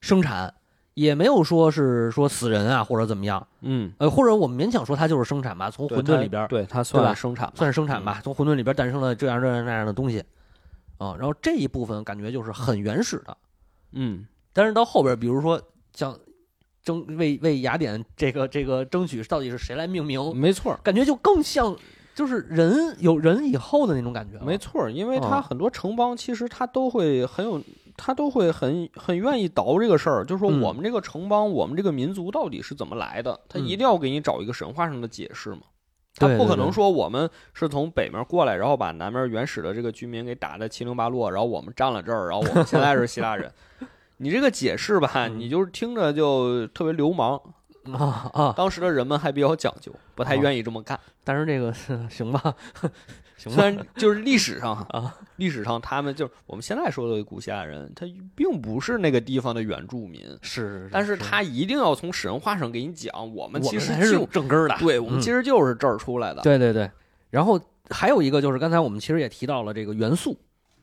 [SPEAKER 1] 生产，也没有说是说死人啊或者怎么样，
[SPEAKER 2] 嗯，
[SPEAKER 1] 呃，或者我们勉强说它就是生产吧，从
[SPEAKER 2] 对
[SPEAKER 1] 混沌
[SPEAKER 2] 它
[SPEAKER 1] 里边
[SPEAKER 2] 对嗯它
[SPEAKER 1] 对
[SPEAKER 2] 算
[SPEAKER 1] 吧
[SPEAKER 2] 生产嘛，
[SPEAKER 1] 算是生产吧，从混沌里边诞生了这样这样那样的东西，啊，然后这一部分感觉就是很原始的，
[SPEAKER 2] 嗯，
[SPEAKER 1] 但是到后边，比如说像争为为雅典这个这个争取到底是谁来命名，
[SPEAKER 2] 嗯没错儿，
[SPEAKER 1] 感觉就更像就是人有人以后的那种感觉了，
[SPEAKER 2] 没错儿，因为它
[SPEAKER 1] 嗯
[SPEAKER 2] 很多城邦其实它都会很有，它都会很很愿意倒这个事儿，就是说
[SPEAKER 1] 嗯
[SPEAKER 2] 我们这个城邦，我们这个民族到底是怎么来的，它
[SPEAKER 1] 嗯
[SPEAKER 2] 一定要给你找一个神话上的解释嘛。它
[SPEAKER 1] 对
[SPEAKER 2] 不可
[SPEAKER 1] 对
[SPEAKER 2] 能
[SPEAKER 1] 对
[SPEAKER 2] 说我们是从北面过来，然后把南面原始的这个居民给打得七零八落，然后我们占了这儿，然后我们现在是希腊人。 你这个解释吧，
[SPEAKER 1] 嗯
[SPEAKER 2] 你就是听着就特别流氓。
[SPEAKER 1] 啊啊，
[SPEAKER 2] 当时的人们还比较讲究，不太
[SPEAKER 1] 哦
[SPEAKER 2] 愿意这么干。
[SPEAKER 1] 但是这个行吧， 行
[SPEAKER 2] 虽
[SPEAKER 1] 吧，
[SPEAKER 2] 然就是历史上
[SPEAKER 1] 啊，
[SPEAKER 2] 历史上他们就是我们现在说的古希腊人，他并不是那个地方的原住民，
[SPEAKER 1] 是，
[SPEAKER 2] 但是他一定要从神话上给你讲，我
[SPEAKER 1] 我
[SPEAKER 2] 们其实
[SPEAKER 1] 才是
[SPEAKER 2] 就
[SPEAKER 1] 有正根儿的，
[SPEAKER 2] 对，我们其实就是这儿出来的。
[SPEAKER 1] 对对对，然后。还有一个就是刚才我们其实也提到了这个元素，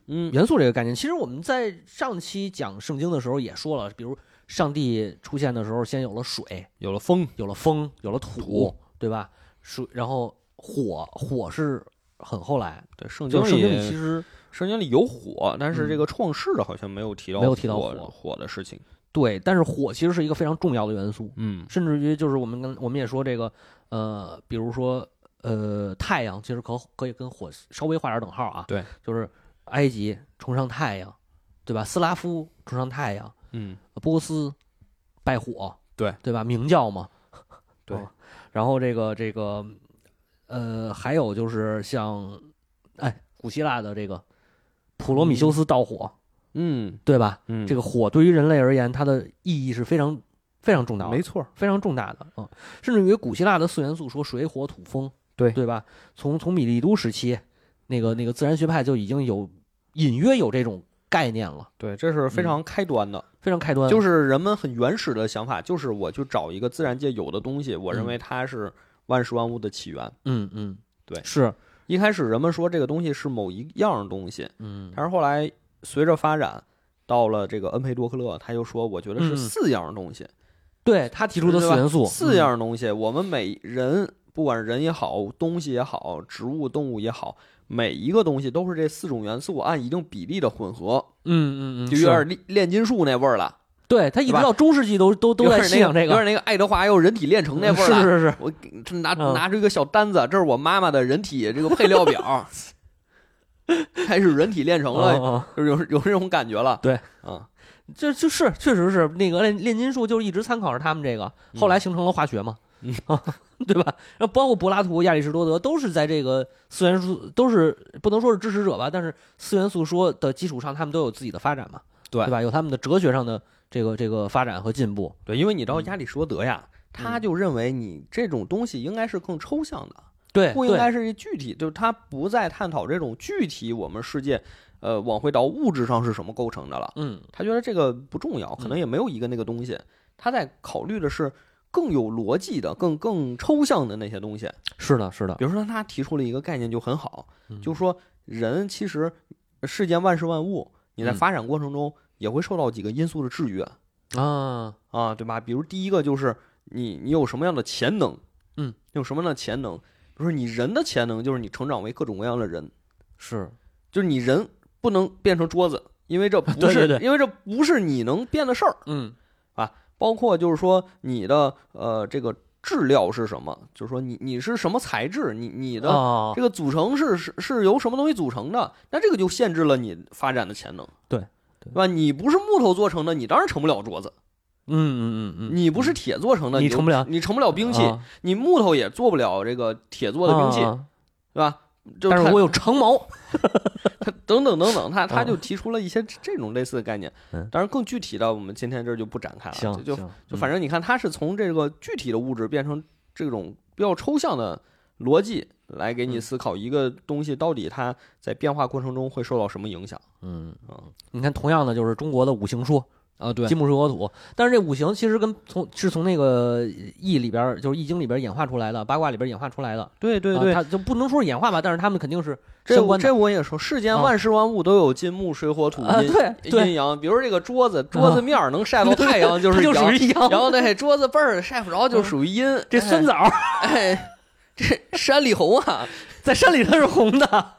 [SPEAKER 2] 嗯，
[SPEAKER 1] 元素这个概念，其实我们在上期讲圣经的时候也说了，比如上帝出现的时候，先有了水，
[SPEAKER 2] 有了风，
[SPEAKER 1] 有了风，有了土，
[SPEAKER 2] 土
[SPEAKER 1] 对吧？水，然后火，火是很后来，
[SPEAKER 2] 对，圣经
[SPEAKER 1] 就圣经里其
[SPEAKER 2] 里
[SPEAKER 1] 实
[SPEAKER 2] 圣经里有火，但是这
[SPEAKER 1] 嗯
[SPEAKER 2] 个创世好像没有提到
[SPEAKER 1] 没有提到
[SPEAKER 2] 火
[SPEAKER 1] 火
[SPEAKER 2] 火的事情。
[SPEAKER 1] 对，但是火其实是一个非常重要的元素，
[SPEAKER 2] 嗯
[SPEAKER 1] 甚至于就是我们跟我们也说这个，呃，比如说呃，太阳其实可可以跟火稍微画点等号啊，
[SPEAKER 2] 对，
[SPEAKER 1] 就是埃及崇尚太阳，对吧？斯拉夫崇尚太阳，
[SPEAKER 2] 嗯，
[SPEAKER 1] 波斯拜火，
[SPEAKER 2] 对
[SPEAKER 1] 对吧？明教嘛，
[SPEAKER 2] 对
[SPEAKER 1] 啊然后这个这个呃，还有就是像，哎，古希腊的这个普罗米修斯盗火，
[SPEAKER 2] 嗯
[SPEAKER 1] 对吧？
[SPEAKER 2] 嗯，
[SPEAKER 1] 这个火对于人类而言，它的意义是非常非常重大的，
[SPEAKER 2] 没错儿，
[SPEAKER 1] 非常重大的啊。甚至于古希腊的四元素说水火土风，
[SPEAKER 2] 对
[SPEAKER 1] 对吧？从从米利都时期，那个那个自然学派就已经有隐约有这种概念了，
[SPEAKER 2] 对，这是非
[SPEAKER 1] 嗯
[SPEAKER 2] 常开端的，
[SPEAKER 1] 非常开端。
[SPEAKER 2] 就是是人们很原始的想法，就是我去找一个自然界有的东西，我认为它是万事万物的起源。
[SPEAKER 1] 嗯嗯，
[SPEAKER 2] 对
[SPEAKER 1] 是
[SPEAKER 2] 一开始人们说这个东西是某一样东西，
[SPEAKER 1] 嗯
[SPEAKER 2] 但是后来随着发展，到了这个恩培多克勒，他又说我觉得是
[SPEAKER 1] 嗯
[SPEAKER 2] 四样东西，
[SPEAKER 1] 对他提出的
[SPEAKER 2] 对
[SPEAKER 1] 四
[SPEAKER 2] 吧
[SPEAKER 1] 元素
[SPEAKER 2] 四样东西，我们每人不管是人也好，东西也好，植物、动物也好，每一个东西都是这四种元素按一定比例的混合，
[SPEAKER 1] 嗯嗯嗯，
[SPEAKER 2] 就有
[SPEAKER 1] 是
[SPEAKER 2] 点炼炼金术那味儿了。
[SPEAKER 1] 对他一直
[SPEAKER 2] 对吧
[SPEAKER 1] 到中世纪都都都
[SPEAKER 2] 有
[SPEAKER 1] 在
[SPEAKER 2] 点那
[SPEAKER 1] 信仰这
[SPEAKER 2] 有点那个爱德华又人体炼成那 味儿了。
[SPEAKER 1] 是是是，
[SPEAKER 2] 我给这拿
[SPEAKER 1] 嗯
[SPEAKER 2] 拿出一个小单子，这是我妈妈的人体这个配料 表，开始人体炼成了，
[SPEAKER 1] 嗯嗯
[SPEAKER 2] 就是有有这种感觉了。
[SPEAKER 1] 对，
[SPEAKER 2] 啊，
[SPEAKER 1] 这就是确实是那个炼炼金术，就是一直参考着他们这个，后来形成了化学嘛，
[SPEAKER 2] 嗯
[SPEAKER 1] 啊，对吧？然后包括柏拉图、亚里士多德都是在这个四元素，都是不能说是支持者吧，但是四元素说的基础上，他们都有自己的发展嘛，
[SPEAKER 2] 对
[SPEAKER 1] 吧？有他们的哲学上的这个这个发展和进步，
[SPEAKER 2] 对，因为你知道亚里士多德呀，他就认为你这种东西应该是更抽象的，
[SPEAKER 1] 对
[SPEAKER 2] 不应
[SPEAKER 1] 哎对
[SPEAKER 2] 该是具体，就是他不再探讨这种具体我们世界，呃，往回倒物质上是什么构成的了。
[SPEAKER 1] 嗯
[SPEAKER 2] 他觉得这个不重要，可能也没有一个那个东西。他在考虑的是更有逻辑的、更更抽象的那些东西。
[SPEAKER 1] 是的是的，
[SPEAKER 2] 比如说，他提出了一个概念就很好，
[SPEAKER 1] 啊嗯
[SPEAKER 2] 就说人其实世间万事万物，你在
[SPEAKER 1] 嗯
[SPEAKER 2] 发展过程中也会受到几个因素的制约
[SPEAKER 1] 啊
[SPEAKER 2] 啊，对吧？比如第一个就是你你有什么样的潜能，
[SPEAKER 1] 嗯，
[SPEAKER 2] 有什么样的潜能？比如说你人的潜能就是你成长为各种各样的人，嗯
[SPEAKER 1] 是
[SPEAKER 2] 就是你人不能变成桌子，因为 这不是
[SPEAKER 1] 对对对
[SPEAKER 2] 因为这不是你能变的事儿。
[SPEAKER 1] 嗯
[SPEAKER 2] 包括就是说你的呃这个质料是什么，就是说你你是什么材质，你你的
[SPEAKER 1] 啊
[SPEAKER 2] 这个组成是是是由什么东西组成的，那这个就限制了你发展的潜能。
[SPEAKER 1] 对对
[SPEAKER 2] 对吧？你不是木头做成的，你当然成不了桌子；
[SPEAKER 1] 嗯嗯嗯嗯，
[SPEAKER 2] 你不是铁做成的，
[SPEAKER 1] 你
[SPEAKER 2] 就
[SPEAKER 1] 成不了
[SPEAKER 2] 你成不了兵器；
[SPEAKER 1] 啊
[SPEAKER 2] 你木头也做不了这个铁做的兵器，
[SPEAKER 1] 啊啊
[SPEAKER 2] 对吧？就
[SPEAKER 1] 但
[SPEAKER 2] 看啊
[SPEAKER 1] 是我有长矛，
[SPEAKER 2] 他等等等等，他他
[SPEAKER 1] 嗯
[SPEAKER 2] 就提出了一些这这种类似的概念
[SPEAKER 1] 嗯。
[SPEAKER 2] 当然，更具体的我们今天这儿就不展开了，
[SPEAKER 1] 行
[SPEAKER 2] 就就
[SPEAKER 1] 行
[SPEAKER 2] 就反
[SPEAKER 1] 嗯
[SPEAKER 2] 正你看，它是从这个具体的物质变成这种比较抽象的逻辑来给你
[SPEAKER 1] 嗯
[SPEAKER 2] 思考一个东西到底它在变化过程中会受到什么影响
[SPEAKER 1] 嗯
[SPEAKER 2] 啊？
[SPEAKER 1] 你看，同样的就是中国的五行说，
[SPEAKER 2] 啊，对
[SPEAKER 1] 金木水火土，但是这五行其实跟从是从那个易里边儿，就是易经里边儿演化出来的，八卦里边儿演化出来的。
[SPEAKER 2] 对对
[SPEAKER 1] 啊
[SPEAKER 2] 对，
[SPEAKER 1] 它就不能说是演化吧，但是他们肯定是
[SPEAKER 2] 这
[SPEAKER 1] 相
[SPEAKER 2] 我
[SPEAKER 1] 关的
[SPEAKER 2] 这我也说，世间
[SPEAKER 1] 啊
[SPEAKER 2] 万事万物都有金木水火土
[SPEAKER 1] 啊，
[SPEAKER 2] 阴
[SPEAKER 1] 对对，啊
[SPEAKER 2] 阴阳，比如这个桌子，桌子面儿 能晒到太阳就
[SPEAKER 1] 它
[SPEAKER 2] 是
[SPEAKER 1] 就属
[SPEAKER 2] 阳，
[SPEAKER 1] 于阳。
[SPEAKER 2] 然后那桌子背儿晒不着就属于阴，
[SPEAKER 1] 嗯这酸枣儿
[SPEAKER 2] 哎，哎这山里红啊，
[SPEAKER 1] 在山里它是红的，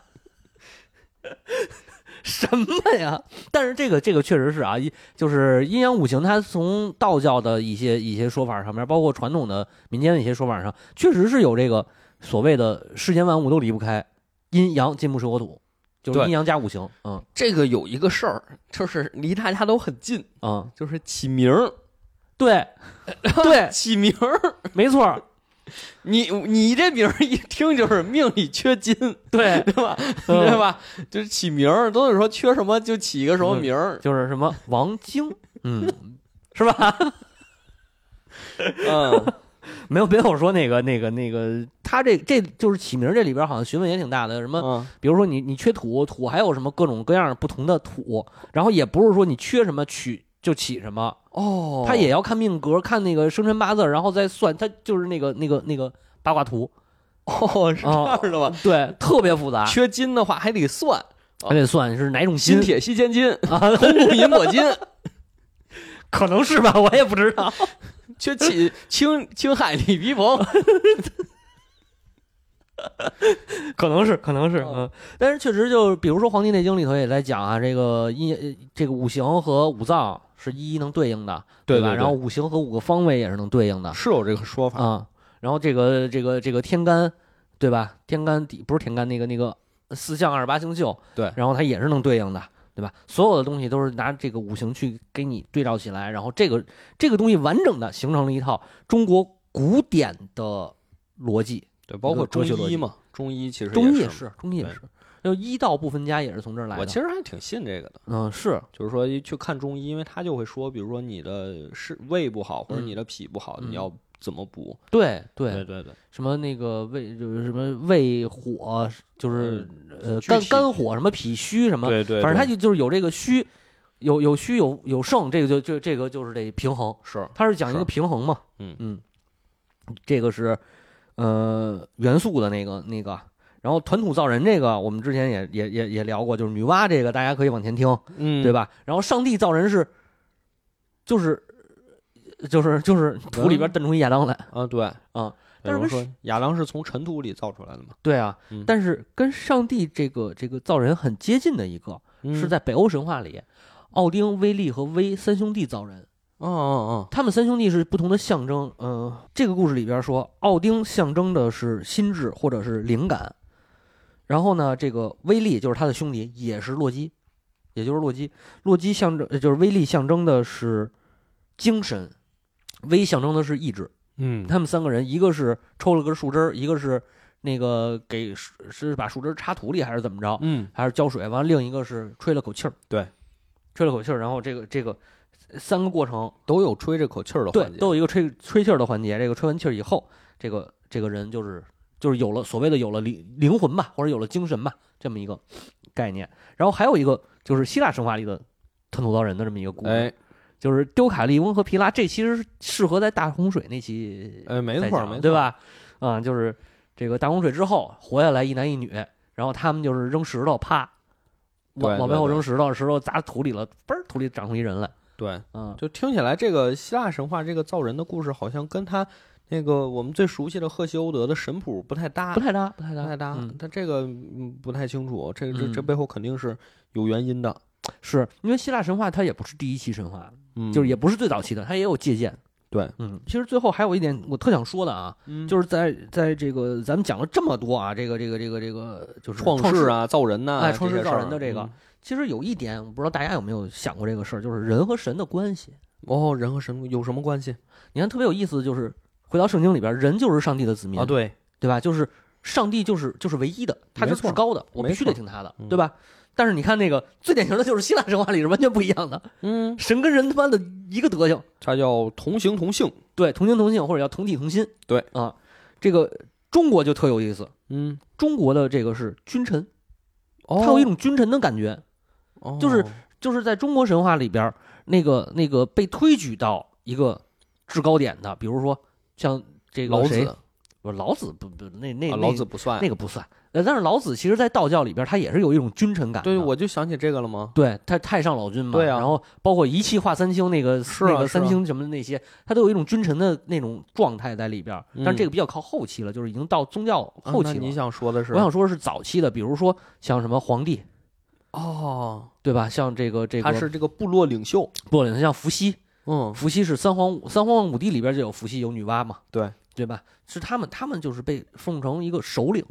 [SPEAKER 1] 什么呀？但是这个这个确实是啊，一就是阴阳五行，它从道教的一些一些说法上面，包括传统的民间的一些说法上，确实是有这个所谓的世间万物都离不开阴阳金木水火土，就是
[SPEAKER 2] 对
[SPEAKER 1] 阴阳加五行。嗯
[SPEAKER 2] 这个有一个事儿，就是离大家都很近，
[SPEAKER 1] 嗯，
[SPEAKER 2] 就是起名儿，
[SPEAKER 1] 对对，
[SPEAKER 2] 起名儿。
[SPEAKER 1] 没错儿，
[SPEAKER 2] 你你这名儿一听就是命里缺金，
[SPEAKER 1] 对，
[SPEAKER 2] 对吧？
[SPEAKER 1] 嗯
[SPEAKER 2] 对吧？就是起名儿都是说缺什么就起一个什
[SPEAKER 1] 嗯
[SPEAKER 2] 么名儿，
[SPEAKER 1] 就是什么王晶，嗯，是吧？
[SPEAKER 2] 嗯，
[SPEAKER 1] 没有没有说那个那个那个，他这这就是起名儿这里边好像学问也挺大的，什么
[SPEAKER 2] 嗯
[SPEAKER 1] 比如说你你缺土，土还有什么各种各样不同的土，然后也不是说你缺什么取就起什么，
[SPEAKER 2] 哦，
[SPEAKER 1] 他也要看命格，看那个生辰八字，然后再算，他就是那个那个那个八卦图，
[SPEAKER 2] 哦是这样的吧？
[SPEAKER 1] 对，特别复杂，
[SPEAKER 2] 缺金的话还得算
[SPEAKER 1] 还得算是哪种
[SPEAKER 2] 金
[SPEAKER 1] 啊金
[SPEAKER 2] 铁西千金，
[SPEAKER 1] 啊，
[SPEAKER 2] 红木银箔金，
[SPEAKER 1] 可能是吧，我也不知道，
[SPEAKER 2] 缺起青青海李皮 鹏，
[SPEAKER 1] 可能是，可能是，嗯，但是确实就是，比如说《黄帝内经》里头也在讲啊，这个阴呃这个五行和五脏是一一能对应的，吧？然后五行和五个方位也是能对应的啊、
[SPEAKER 2] 是有这个说法，
[SPEAKER 1] 然后这个这个这个天干，对吧？天干底不是天干，那个那个四象二十八星宿，
[SPEAKER 2] 对
[SPEAKER 1] 然后它也是能对应的。对吧？所有的东西都是拿这个五行去给你对照起来，然后这个这个东西完整的形成了一套中国古典的逻辑，
[SPEAKER 2] 对，包
[SPEAKER 1] 一
[SPEAKER 2] 括
[SPEAKER 1] 个哲
[SPEAKER 2] 中
[SPEAKER 1] 学逻辑
[SPEAKER 2] 医嘛，中医其实
[SPEAKER 1] 中医
[SPEAKER 2] 也
[SPEAKER 1] 也
[SPEAKER 2] 是
[SPEAKER 1] 是，中医也
[SPEAKER 2] 对
[SPEAKER 1] 是，就医道不分家也是从这儿
[SPEAKER 2] 嘛。
[SPEAKER 1] 来
[SPEAKER 2] 我
[SPEAKER 1] 的。
[SPEAKER 2] 其实还挺信这个的，
[SPEAKER 1] 嗯，是，
[SPEAKER 2] 就是说一去看中医，因为他就会说，比如说你的是胃不好，或者
[SPEAKER 1] 嗯
[SPEAKER 2] 你的脾不好，
[SPEAKER 1] 嗯
[SPEAKER 2] 你要怎么补？
[SPEAKER 1] 对
[SPEAKER 2] 对
[SPEAKER 1] 对，
[SPEAKER 2] 对对，
[SPEAKER 1] 什么那个胃就是什么胃火，就是呃
[SPEAKER 2] 具
[SPEAKER 1] 肝
[SPEAKER 2] 体
[SPEAKER 1] 肝火什么脾虚什么，
[SPEAKER 2] 对对，
[SPEAKER 1] 反正他
[SPEAKER 2] 对
[SPEAKER 1] 就就是有这个虚，有有虚有有盛，这个就就这个就是得平衡，
[SPEAKER 2] 是
[SPEAKER 1] 它是讲一
[SPEAKER 2] 是
[SPEAKER 1] 个平衡嘛。
[SPEAKER 2] 嗯
[SPEAKER 1] 这个是呃元素的那个那个。然后团土造人这个，我们之前也也也也聊过，就是女娲这个，大家可以往前听，
[SPEAKER 2] 嗯
[SPEAKER 1] 对？吧？然后上帝造人是，就是，就是就是土里边
[SPEAKER 2] 嗯
[SPEAKER 1] 蹬出一亚当来，
[SPEAKER 2] 啊，对
[SPEAKER 1] 啊，但
[SPEAKER 2] 比
[SPEAKER 1] 是
[SPEAKER 2] 如
[SPEAKER 1] 跟
[SPEAKER 2] 说亚当是从尘土里造出来的嘛，
[SPEAKER 1] 对啊
[SPEAKER 2] 嗯。
[SPEAKER 1] 但是跟上帝这个这个造人很接近的一个，是
[SPEAKER 2] 嗯
[SPEAKER 1] 在北欧神话里，奥丁、威利和威三兄弟造人，
[SPEAKER 2] 哦哦
[SPEAKER 1] 他们三兄弟是不同的象征。嗯、这个故事里边说，奥丁象征的是心智或者是灵感，然后呢，这个威利就是他的兄弟，也是洛基，也就是洛基。洛基象征呃就是威利象征的是精神，威象征的是意志。
[SPEAKER 2] 嗯嗯，
[SPEAKER 1] 他们三个人，一个是抽了根树枝儿，一个是那个给是是把树枝儿插土里还是怎么着，
[SPEAKER 2] 嗯
[SPEAKER 1] 还是浇水，完了另一个是吹了口气儿，
[SPEAKER 2] 对，
[SPEAKER 1] 吹了口气儿，然后这个这个三个过程。
[SPEAKER 2] 都有吹这口气儿的
[SPEAKER 1] 对
[SPEAKER 2] 环，节，
[SPEAKER 1] 都有一个吹吹气儿的环节。这个吹完气儿以后，这个这个人就是就是有了所谓的有了灵灵魂吧，或者有了精神吧，这么一个概念。然后还有一个就是希腊神话里的吞吐造人的这么一个故事，
[SPEAKER 2] 哎
[SPEAKER 1] 就是丢卡利翁和皮拉，这其实是适合在大洪水那期
[SPEAKER 2] 哎，没
[SPEAKER 1] 再讲
[SPEAKER 2] 错儿
[SPEAKER 1] 的
[SPEAKER 2] 没错，
[SPEAKER 1] 对？吧？啊、就是这个大洪水之后活下来一男一女，然后他们就是扔石头，啪。往
[SPEAKER 2] 对
[SPEAKER 1] 往
[SPEAKER 2] 对
[SPEAKER 1] 背后
[SPEAKER 2] 对
[SPEAKER 1] 扔石头，石头砸土里了，嘣儿，土里长出一人来。
[SPEAKER 2] 对，
[SPEAKER 1] 嗯，
[SPEAKER 2] 就听起来，这个希腊神话这个造人的故事，好像跟他那个我们最熟悉的赫西欧德的神谱不太搭，
[SPEAKER 1] 不太搭，不太搭，
[SPEAKER 2] 啊不太搭
[SPEAKER 1] 嗯。
[SPEAKER 2] 但这个嗯不太清楚，这这这
[SPEAKER 1] 嗯
[SPEAKER 2] 背后肯定是有原因的，
[SPEAKER 1] 是因为希腊神话它也不是第一期神话，
[SPEAKER 2] 嗯，
[SPEAKER 1] 就是也不是最早期的，它也有借鉴。
[SPEAKER 2] 对，
[SPEAKER 1] 嗯，其实最后还有一点我特想说的啊，
[SPEAKER 2] 嗯
[SPEAKER 1] 就是在在这个咱们讲了这么多啊，这个这个这个这个就是
[SPEAKER 2] 创世，啊、造人呐，
[SPEAKER 1] 哎
[SPEAKER 2] 这
[SPEAKER 1] 创世
[SPEAKER 2] 些事
[SPEAKER 1] 造
[SPEAKER 2] 儿
[SPEAKER 1] 人的这个
[SPEAKER 2] 嗯
[SPEAKER 1] 其实有一点我不知道大家有没有想过这个事儿，就是人和神的关系。
[SPEAKER 2] 哦，人和神有什么关系
[SPEAKER 1] 你看特别有意思的就是回到圣经里边，人就是上帝的子民
[SPEAKER 2] 啊？对，
[SPEAKER 1] 对吧？就是上帝就是就是唯一的，他就是
[SPEAKER 2] 没错
[SPEAKER 1] 至高的，我必须得
[SPEAKER 2] 没错
[SPEAKER 1] 听他的
[SPEAKER 2] 嗯，
[SPEAKER 1] 对吧？但是你看那个最典型的就是希腊神话里是完全不一样的，
[SPEAKER 2] 嗯，
[SPEAKER 1] 神跟人他妈的一个德行。
[SPEAKER 2] 它叫同形同性，
[SPEAKER 1] 对，同情同性或者叫同体同心。
[SPEAKER 2] 对
[SPEAKER 1] 啊，这个中国就特有意思，
[SPEAKER 2] 嗯，
[SPEAKER 1] 中国的这个是君臣，
[SPEAKER 2] 哦，
[SPEAKER 1] 它有一种君臣的感觉，
[SPEAKER 2] 哦
[SPEAKER 1] 就是就是在中国神话里边儿，那个那个被推举到一个制高点的，比如说像这个
[SPEAKER 2] 老
[SPEAKER 1] 谁
[SPEAKER 2] 子，
[SPEAKER 1] 不是老子不不那那、那
[SPEAKER 2] 啊老子不算
[SPEAKER 1] 那，个不算，呃但是老子其实在道教里边儿，他也是有一种君臣感的。
[SPEAKER 2] 对，我就想起这个了吗？
[SPEAKER 1] 对他太上老君嘛，
[SPEAKER 2] 对啊
[SPEAKER 1] 然后包括一气化三清那个
[SPEAKER 2] 是啊
[SPEAKER 1] 那个
[SPEAKER 2] 是啊
[SPEAKER 1] 三清什么的那些，他都有一种君臣的那种状态在里边儿。
[SPEAKER 2] 嗯
[SPEAKER 1] 但是这个比较靠后期了，就是已经到宗教
[SPEAKER 2] 啊
[SPEAKER 1] 后
[SPEAKER 2] 那
[SPEAKER 1] 期
[SPEAKER 2] 你
[SPEAKER 1] 了。
[SPEAKER 2] 想说的是
[SPEAKER 1] 我想说的是早期的，比如说像什么皇帝，
[SPEAKER 2] 哦，
[SPEAKER 1] 对吧？像这个这个，
[SPEAKER 2] 他是这个部落领袖，
[SPEAKER 1] 不，像伏羲，
[SPEAKER 2] 嗯，
[SPEAKER 1] 伏羲是三皇五三皇五帝里边就有伏羲有女娲嘛，
[SPEAKER 2] 对
[SPEAKER 1] 对吧？是他们，他们就是被奉成一个首领，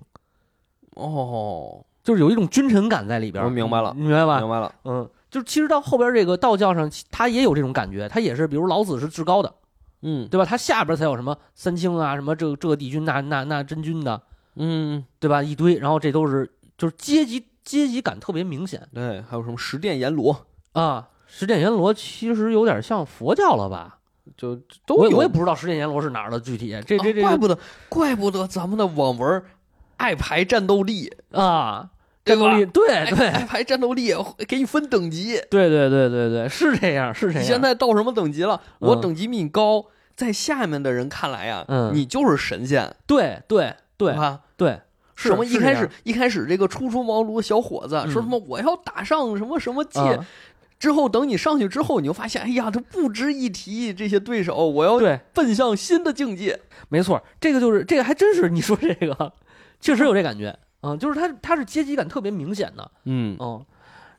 [SPEAKER 2] 哦，
[SPEAKER 1] 就是有一种君臣感在里边儿。
[SPEAKER 2] 我明白了
[SPEAKER 1] 你明白吧？
[SPEAKER 2] 明白了，
[SPEAKER 1] 嗯，就其实到后边这个道教上，他也有这种感觉，他也是，比如老子是至高的，
[SPEAKER 2] 嗯
[SPEAKER 1] 对吧？他下边才有什么三清啊，什么这这帝君那那那真君的，
[SPEAKER 2] 嗯，
[SPEAKER 1] 对吧？一堆，然后这都是就是阶级阶级感特别明显
[SPEAKER 2] 对，哎还有什么十殿阎罗，
[SPEAKER 1] 啊。十殿阎罗其实有点像佛教了吧？
[SPEAKER 2] 就都
[SPEAKER 1] 我也
[SPEAKER 2] 有
[SPEAKER 1] 我也不知道十殿阎罗是哪儿的具体，这这这
[SPEAKER 2] 啊怪
[SPEAKER 1] 这
[SPEAKER 2] 不得怪不得咱们的网文儿爱排战斗力，
[SPEAKER 1] 啊，
[SPEAKER 2] 对
[SPEAKER 1] 战
[SPEAKER 2] 吧哎
[SPEAKER 1] 斗力，对
[SPEAKER 2] 爱
[SPEAKER 1] 哎对
[SPEAKER 2] 爱排战斗力会给你分等级，
[SPEAKER 1] 对对对对对，是这样是这
[SPEAKER 2] 你
[SPEAKER 1] 样。
[SPEAKER 2] 现在到什么等级了？我
[SPEAKER 1] 嗯
[SPEAKER 2] 等级比你高，在下面的人看来呀，
[SPEAKER 1] 嗯
[SPEAKER 2] 你就是神仙，
[SPEAKER 1] 对对对
[SPEAKER 2] 吧？
[SPEAKER 1] 对，是
[SPEAKER 2] 什么
[SPEAKER 1] 是
[SPEAKER 2] 一
[SPEAKER 1] 这
[SPEAKER 2] 开
[SPEAKER 1] 样
[SPEAKER 2] 始一开始这个初出茅庐的小伙子
[SPEAKER 1] 嗯
[SPEAKER 2] 说什么我要打上什么什么界，
[SPEAKER 1] 啊
[SPEAKER 2] 之后等你上去之后，你就发现，哎呀，这不值一提，这些对手，我要
[SPEAKER 1] 对，
[SPEAKER 2] 奔向新的境界。
[SPEAKER 1] 没错，这个就是这个还真是你说这个，确实有这感觉，嗯，就是它它是阶级感特别明显的，
[SPEAKER 2] 嗯
[SPEAKER 1] 嗯。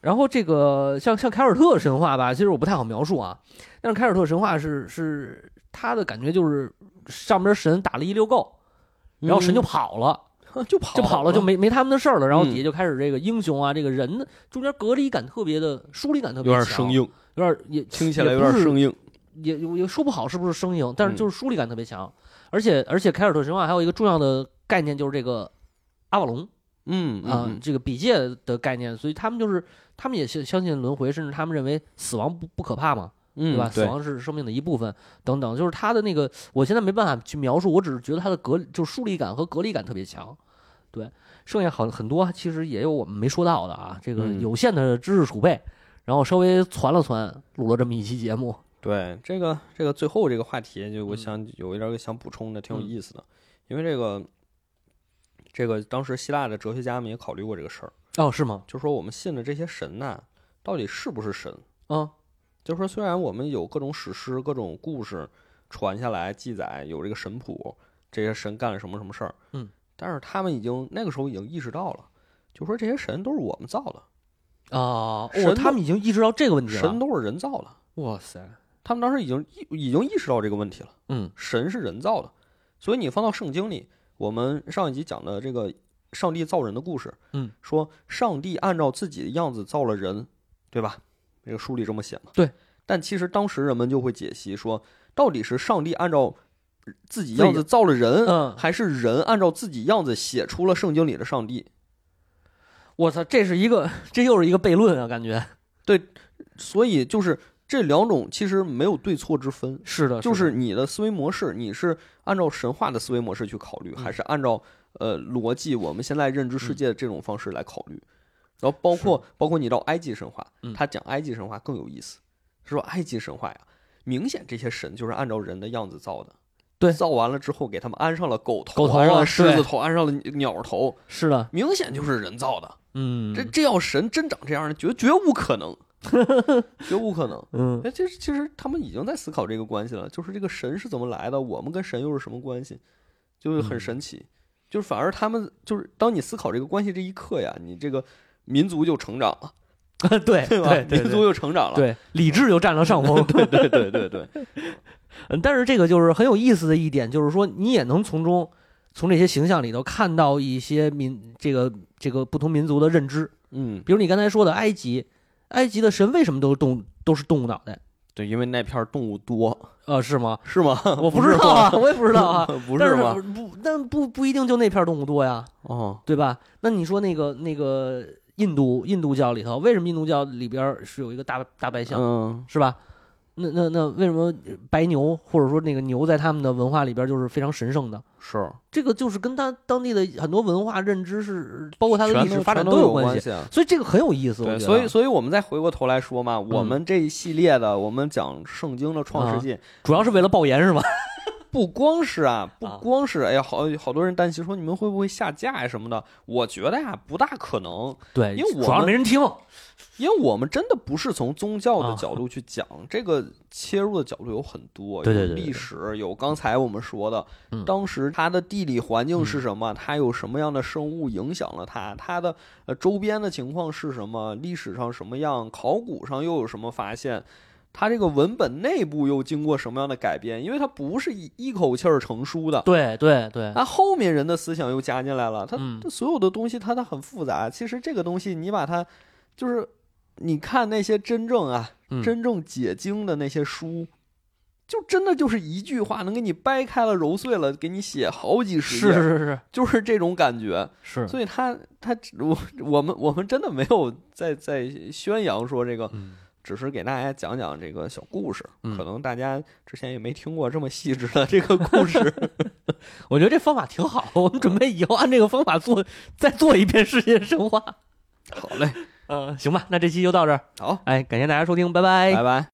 [SPEAKER 1] 然后这个像像凯尔特神话吧，其实我不太好描述啊，但是凯尔特神话是是它的感觉就是上边神打了一溜够，然后神
[SPEAKER 2] 嗯
[SPEAKER 1] 就跑了，
[SPEAKER 2] 就跑啊
[SPEAKER 1] 就跑了，就没没他们的事儿了，然后
[SPEAKER 2] 嗯
[SPEAKER 1] 底下就开始这个英雄啊，这个人中间隔离感特别的疏离感特
[SPEAKER 2] 有
[SPEAKER 1] 别
[SPEAKER 2] 点
[SPEAKER 1] 强
[SPEAKER 2] 生，硬，
[SPEAKER 1] 有点也
[SPEAKER 2] 听起来有点生硬。嗯
[SPEAKER 1] 也也说不好是不是生硬，但是就是疏离感特别强。而且而且凯尔特神话还有一个重要的概念就是这个阿瓦隆
[SPEAKER 2] 嗯
[SPEAKER 1] 啊、
[SPEAKER 2] 嗯
[SPEAKER 1] 这个比界的概念，所以他们就是他们也相相信轮回，甚至他们认为死亡不不可怕嘛，
[SPEAKER 2] 嗯，
[SPEAKER 1] 对吧？死
[SPEAKER 2] 对，
[SPEAKER 1] 亡是生命的一部分，等等，就是他的那个，我现在没办法去描述，我只是觉得他的隔就是疏离感和隔离感特别强。对，剩下好很多其实也有我们没说到的啊，这个
[SPEAKER 2] 嗯
[SPEAKER 1] 有限的知识储备，然后稍微攒了攒，录了这么一期节目。
[SPEAKER 2] 对这个这个最后这个话题，就我
[SPEAKER 1] 嗯
[SPEAKER 2] 想有一点儿想补充的，挺有
[SPEAKER 1] 嗯
[SPEAKER 2] 意思的，因为这个这个当时希腊的哲学家们也考虑过这个事儿，
[SPEAKER 1] 哦，是吗？
[SPEAKER 2] 就说我们信的这些神呐、到底是不是神？
[SPEAKER 1] 嗯
[SPEAKER 2] 就说虽然我们有各种史诗、各种故事传下来记载，有这个神谱，这些神干了什么什么事儿，
[SPEAKER 1] 嗯，
[SPEAKER 2] 但是他们已经那个时候已经意识到了，就说这些神都是我们造的，
[SPEAKER 1] 哦，
[SPEAKER 2] 神
[SPEAKER 1] 哦，
[SPEAKER 2] 都
[SPEAKER 1] 他们已经意识到这个问题
[SPEAKER 2] 神
[SPEAKER 1] 了。
[SPEAKER 2] 都是人造的，
[SPEAKER 1] 哇塞，
[SPEAKER 2] 他们当时已经意已经意识到这个问题了。
[SPEAKER 1] 嗯
[SPEAKER 2] 神是人造的，所以你放到圣经里，我们上一集讲的这个上帝造人的故事，
[SPEAKER 1] 嗯，
[SPEAKER 2] 说上帝按照自己的样子造了人，对吧？这个书里这么写嘛。
[SPEAKER 1] 对。
[SPEAKER 2] 但其实当时人们就会解析说，到底是上帝按照自己样子造了人，
[SPEAKER 1] 嗯，
[SPEAKER 2] 还是人按照自己样子写出了圣经里的上帝？
[SPEAKER 1] 我操，这是一个，这又是一个悖论啊，感觉
[SPEAKER 2] 所以就是这两种其实没有对错之分，
[SPEAKER 1] 啊是的，
[SPEAKER 2] 就
[SPEAKER 1] 的
[SPEAKER 2] 是你的思维模式，你是按照神话的思维模式去考虑，
[SPEAKER 1] 嗯
[SPEAKER 2] 还是按照呃逻辑我们现在认知世
[SPEAKER 1] 嗯
[SPEAKER 2] 界的这种方式来考虑？然后包括包括你到埃及神话
[SPEAKER 1] 嗯，
[SPEAKER 2] 他讲埃及神话更有意思，是说埃及神话呀，明显这些神就是按照人的样子造的。
[SPEAKER 1] 对
[SPEAKER 2] 造完了之后给他们安上了狗头，
[SPEAKER 1] 狗头啊
[SPEAKER 2] 安上了狮
[SPEAKER 1] 对
[SPEAKER 2] 子头，安上了鸟头，
[SPEAKER 1] 是的，
[SPEAKER 2] 明显就是人造的。
[SPEAKER 1] 嗯，
[SPEAKER 2] 这这要神真长这样，绝绝无可 能，绝无可能。
[SPEAKER 1] 嗯
[SPEAKER 2] 那其实其实他们已经在思考这个关系了，就是这个神是怎么来的，我们跟神又是什么关系，就是很神奇。就是反而他们就是当你思考这个关系这一刻呀，你这个民族就成长了，
[SPEAKER 1] 对对
[SPEAKER 2] 对吧？
[SPEAKER 1] 对对
[SPEAKER 2] 民族又成 长了，
[SPEAKER 1] 对，理智又占了 上风。
[SPEAKER 2] 对对对对对对
[SPEAKER 1] 嗯，但是这个就是很有意思的一点，就是说你也能从中从这些形象里头看到一些民这个这个不同民族的认知。
[SPEAKER 2] 嗯，
[SPEAKER 1] 比如你刚才说的埃及，埃及的神为什么都是动都是动物脑袋？
[SPEAKER 2] 对，因为那片儿动物多，
[SPEAKER 1] 呃，是 吗？
[SPEAKER 2] 是吗？
[SPEAKER 1] 我
[SPEAKER 2] 不
[SPEAKER 1] 知道
[SPEAKER 2] 吗
[SPEAKER 1] 啊，我也不知道啊。，
[SPEAKER 2] 不
[SPEAKER 1] 但
[SPEAKER 2] 是
[SPEAKER 1] 是
[SPEAKER 2] 吗？
[SPEAKER 1] 不，但不不一定就那片动物多呀，
[SPEAKER 2] 哦，
[SPEAKER 1] 对吧？那你说那个那个印度印度教里头，为什么印度教里边儿是有一个大大白象？
[SPEAKER 2] 嗯，
[SPEAKER 1] 是吧？那那那为什么白牛或者说那个牛在他们的文化里边就是非常神圣的？
[SPEAKER 2] 是，
[SPEAKER 1] 这个就是跟他当地的很多文化认知是，包括他的
[SPEAKER 2] 全
[SPEAKER 1] 历史
[SPEAKER 2] 都
[SPEAKER 1] 发展
[SPEAKER 2] 全
[SPEAKER 1] 都
[SPEAKER 2] 都
[SPEAKER 1] 有
[SPEAKER 2] 关
[SPEAKER 1] 系。
[SPEAKER 2] 系啊。
[SPEAKER 1] 所以这个很有意思，我觉得。
[SPEAKER 2] 对，所以所以我们再回过头来说嘛，我
[SPEAKER 1] 嗯
[SPEAKER 2] 们这一系列的，我们讲圣经的创
[SPEAKER 1] 啊
[SPEAKER 2] 世纪，
[SPEAKER 1] 主要是为了爆炎是吧？
[SPEAKER 2] 不光是啊，不
[SPEAKER 1] 啊
[SPEAKER 2] 光是，哎呀，好好多人担心说你们会不会下架呀什么的。我觉得呀，不大可能，
[SPEAKER 1] 对
[SPEAKER 2] 因为我们
[SPEAKER 1] 主要是没人听。
[SPEAKER 2] 因为我们真的不是从宗教的
[SPEAKER 1] 啊
[SPEAKER 2] 角度去讲，这个切入的角度有很多，
[SPEAKER 1] 对对对
[SPEAKER 2] 有
[SPEAKER 1] 对
[SPEAKER 2] 历史，有刚才我们说的，
[SPEAKER 1] 嗯
[SPEAKER 2] 当时它的地理环境是什么，它有什么样的生物影响了它，它的呃周边的情况是什么，历史上什么样，考古上又有什么发现。它这个文本内部又经过什么样的改变？因为它不是一一口气儿成书的，
[SPEAKER 1] 对对对，
[SPEAKER 2] 那后面人的思想又加进来了，他
[SPEAKER 1] 嗯
[SPEAKER 2] 所有的东西它它很复杂。其实这个东西你把它，就是你看那些真正啊
[SPEAKER 1] 嗯
[SPEAKER 2] 真正解经的那些书，就真的就是一句话能给你掰开了揉碎了，给你写好几十
[SPEAKER 1] 是
[SPEAKER 2] 页，
[SPEAKER 1] 是是
[SPEAKER 2] 就是这种感觉。
[SPEAKER 1] 是是，
[SPEAKER 2] 所以他他我我们我们真的没有在在宣扬说这个
[SPEAKER 1] 嗯
[SPEAKER 2] 只是给大家讲讲这个小故事，
[SPEAKER 1] 嗯
[SPEAKER 2] 可能大家之前也没听过这么细致的这个 故事。
[SPEAKER 1] 我觉得这方法挺好，我们准备以后按这个方法做，再做一遍世界神话。
[SPEAKER 2] 好嘞，
[SPEAKER 1] 嗯，行吧，那这期就到这儿。
[SPEAKER 2] 好，
[SPEAKER 1] 哎，感谢大家收听，拜
[SPEAKER 2] 拜拜。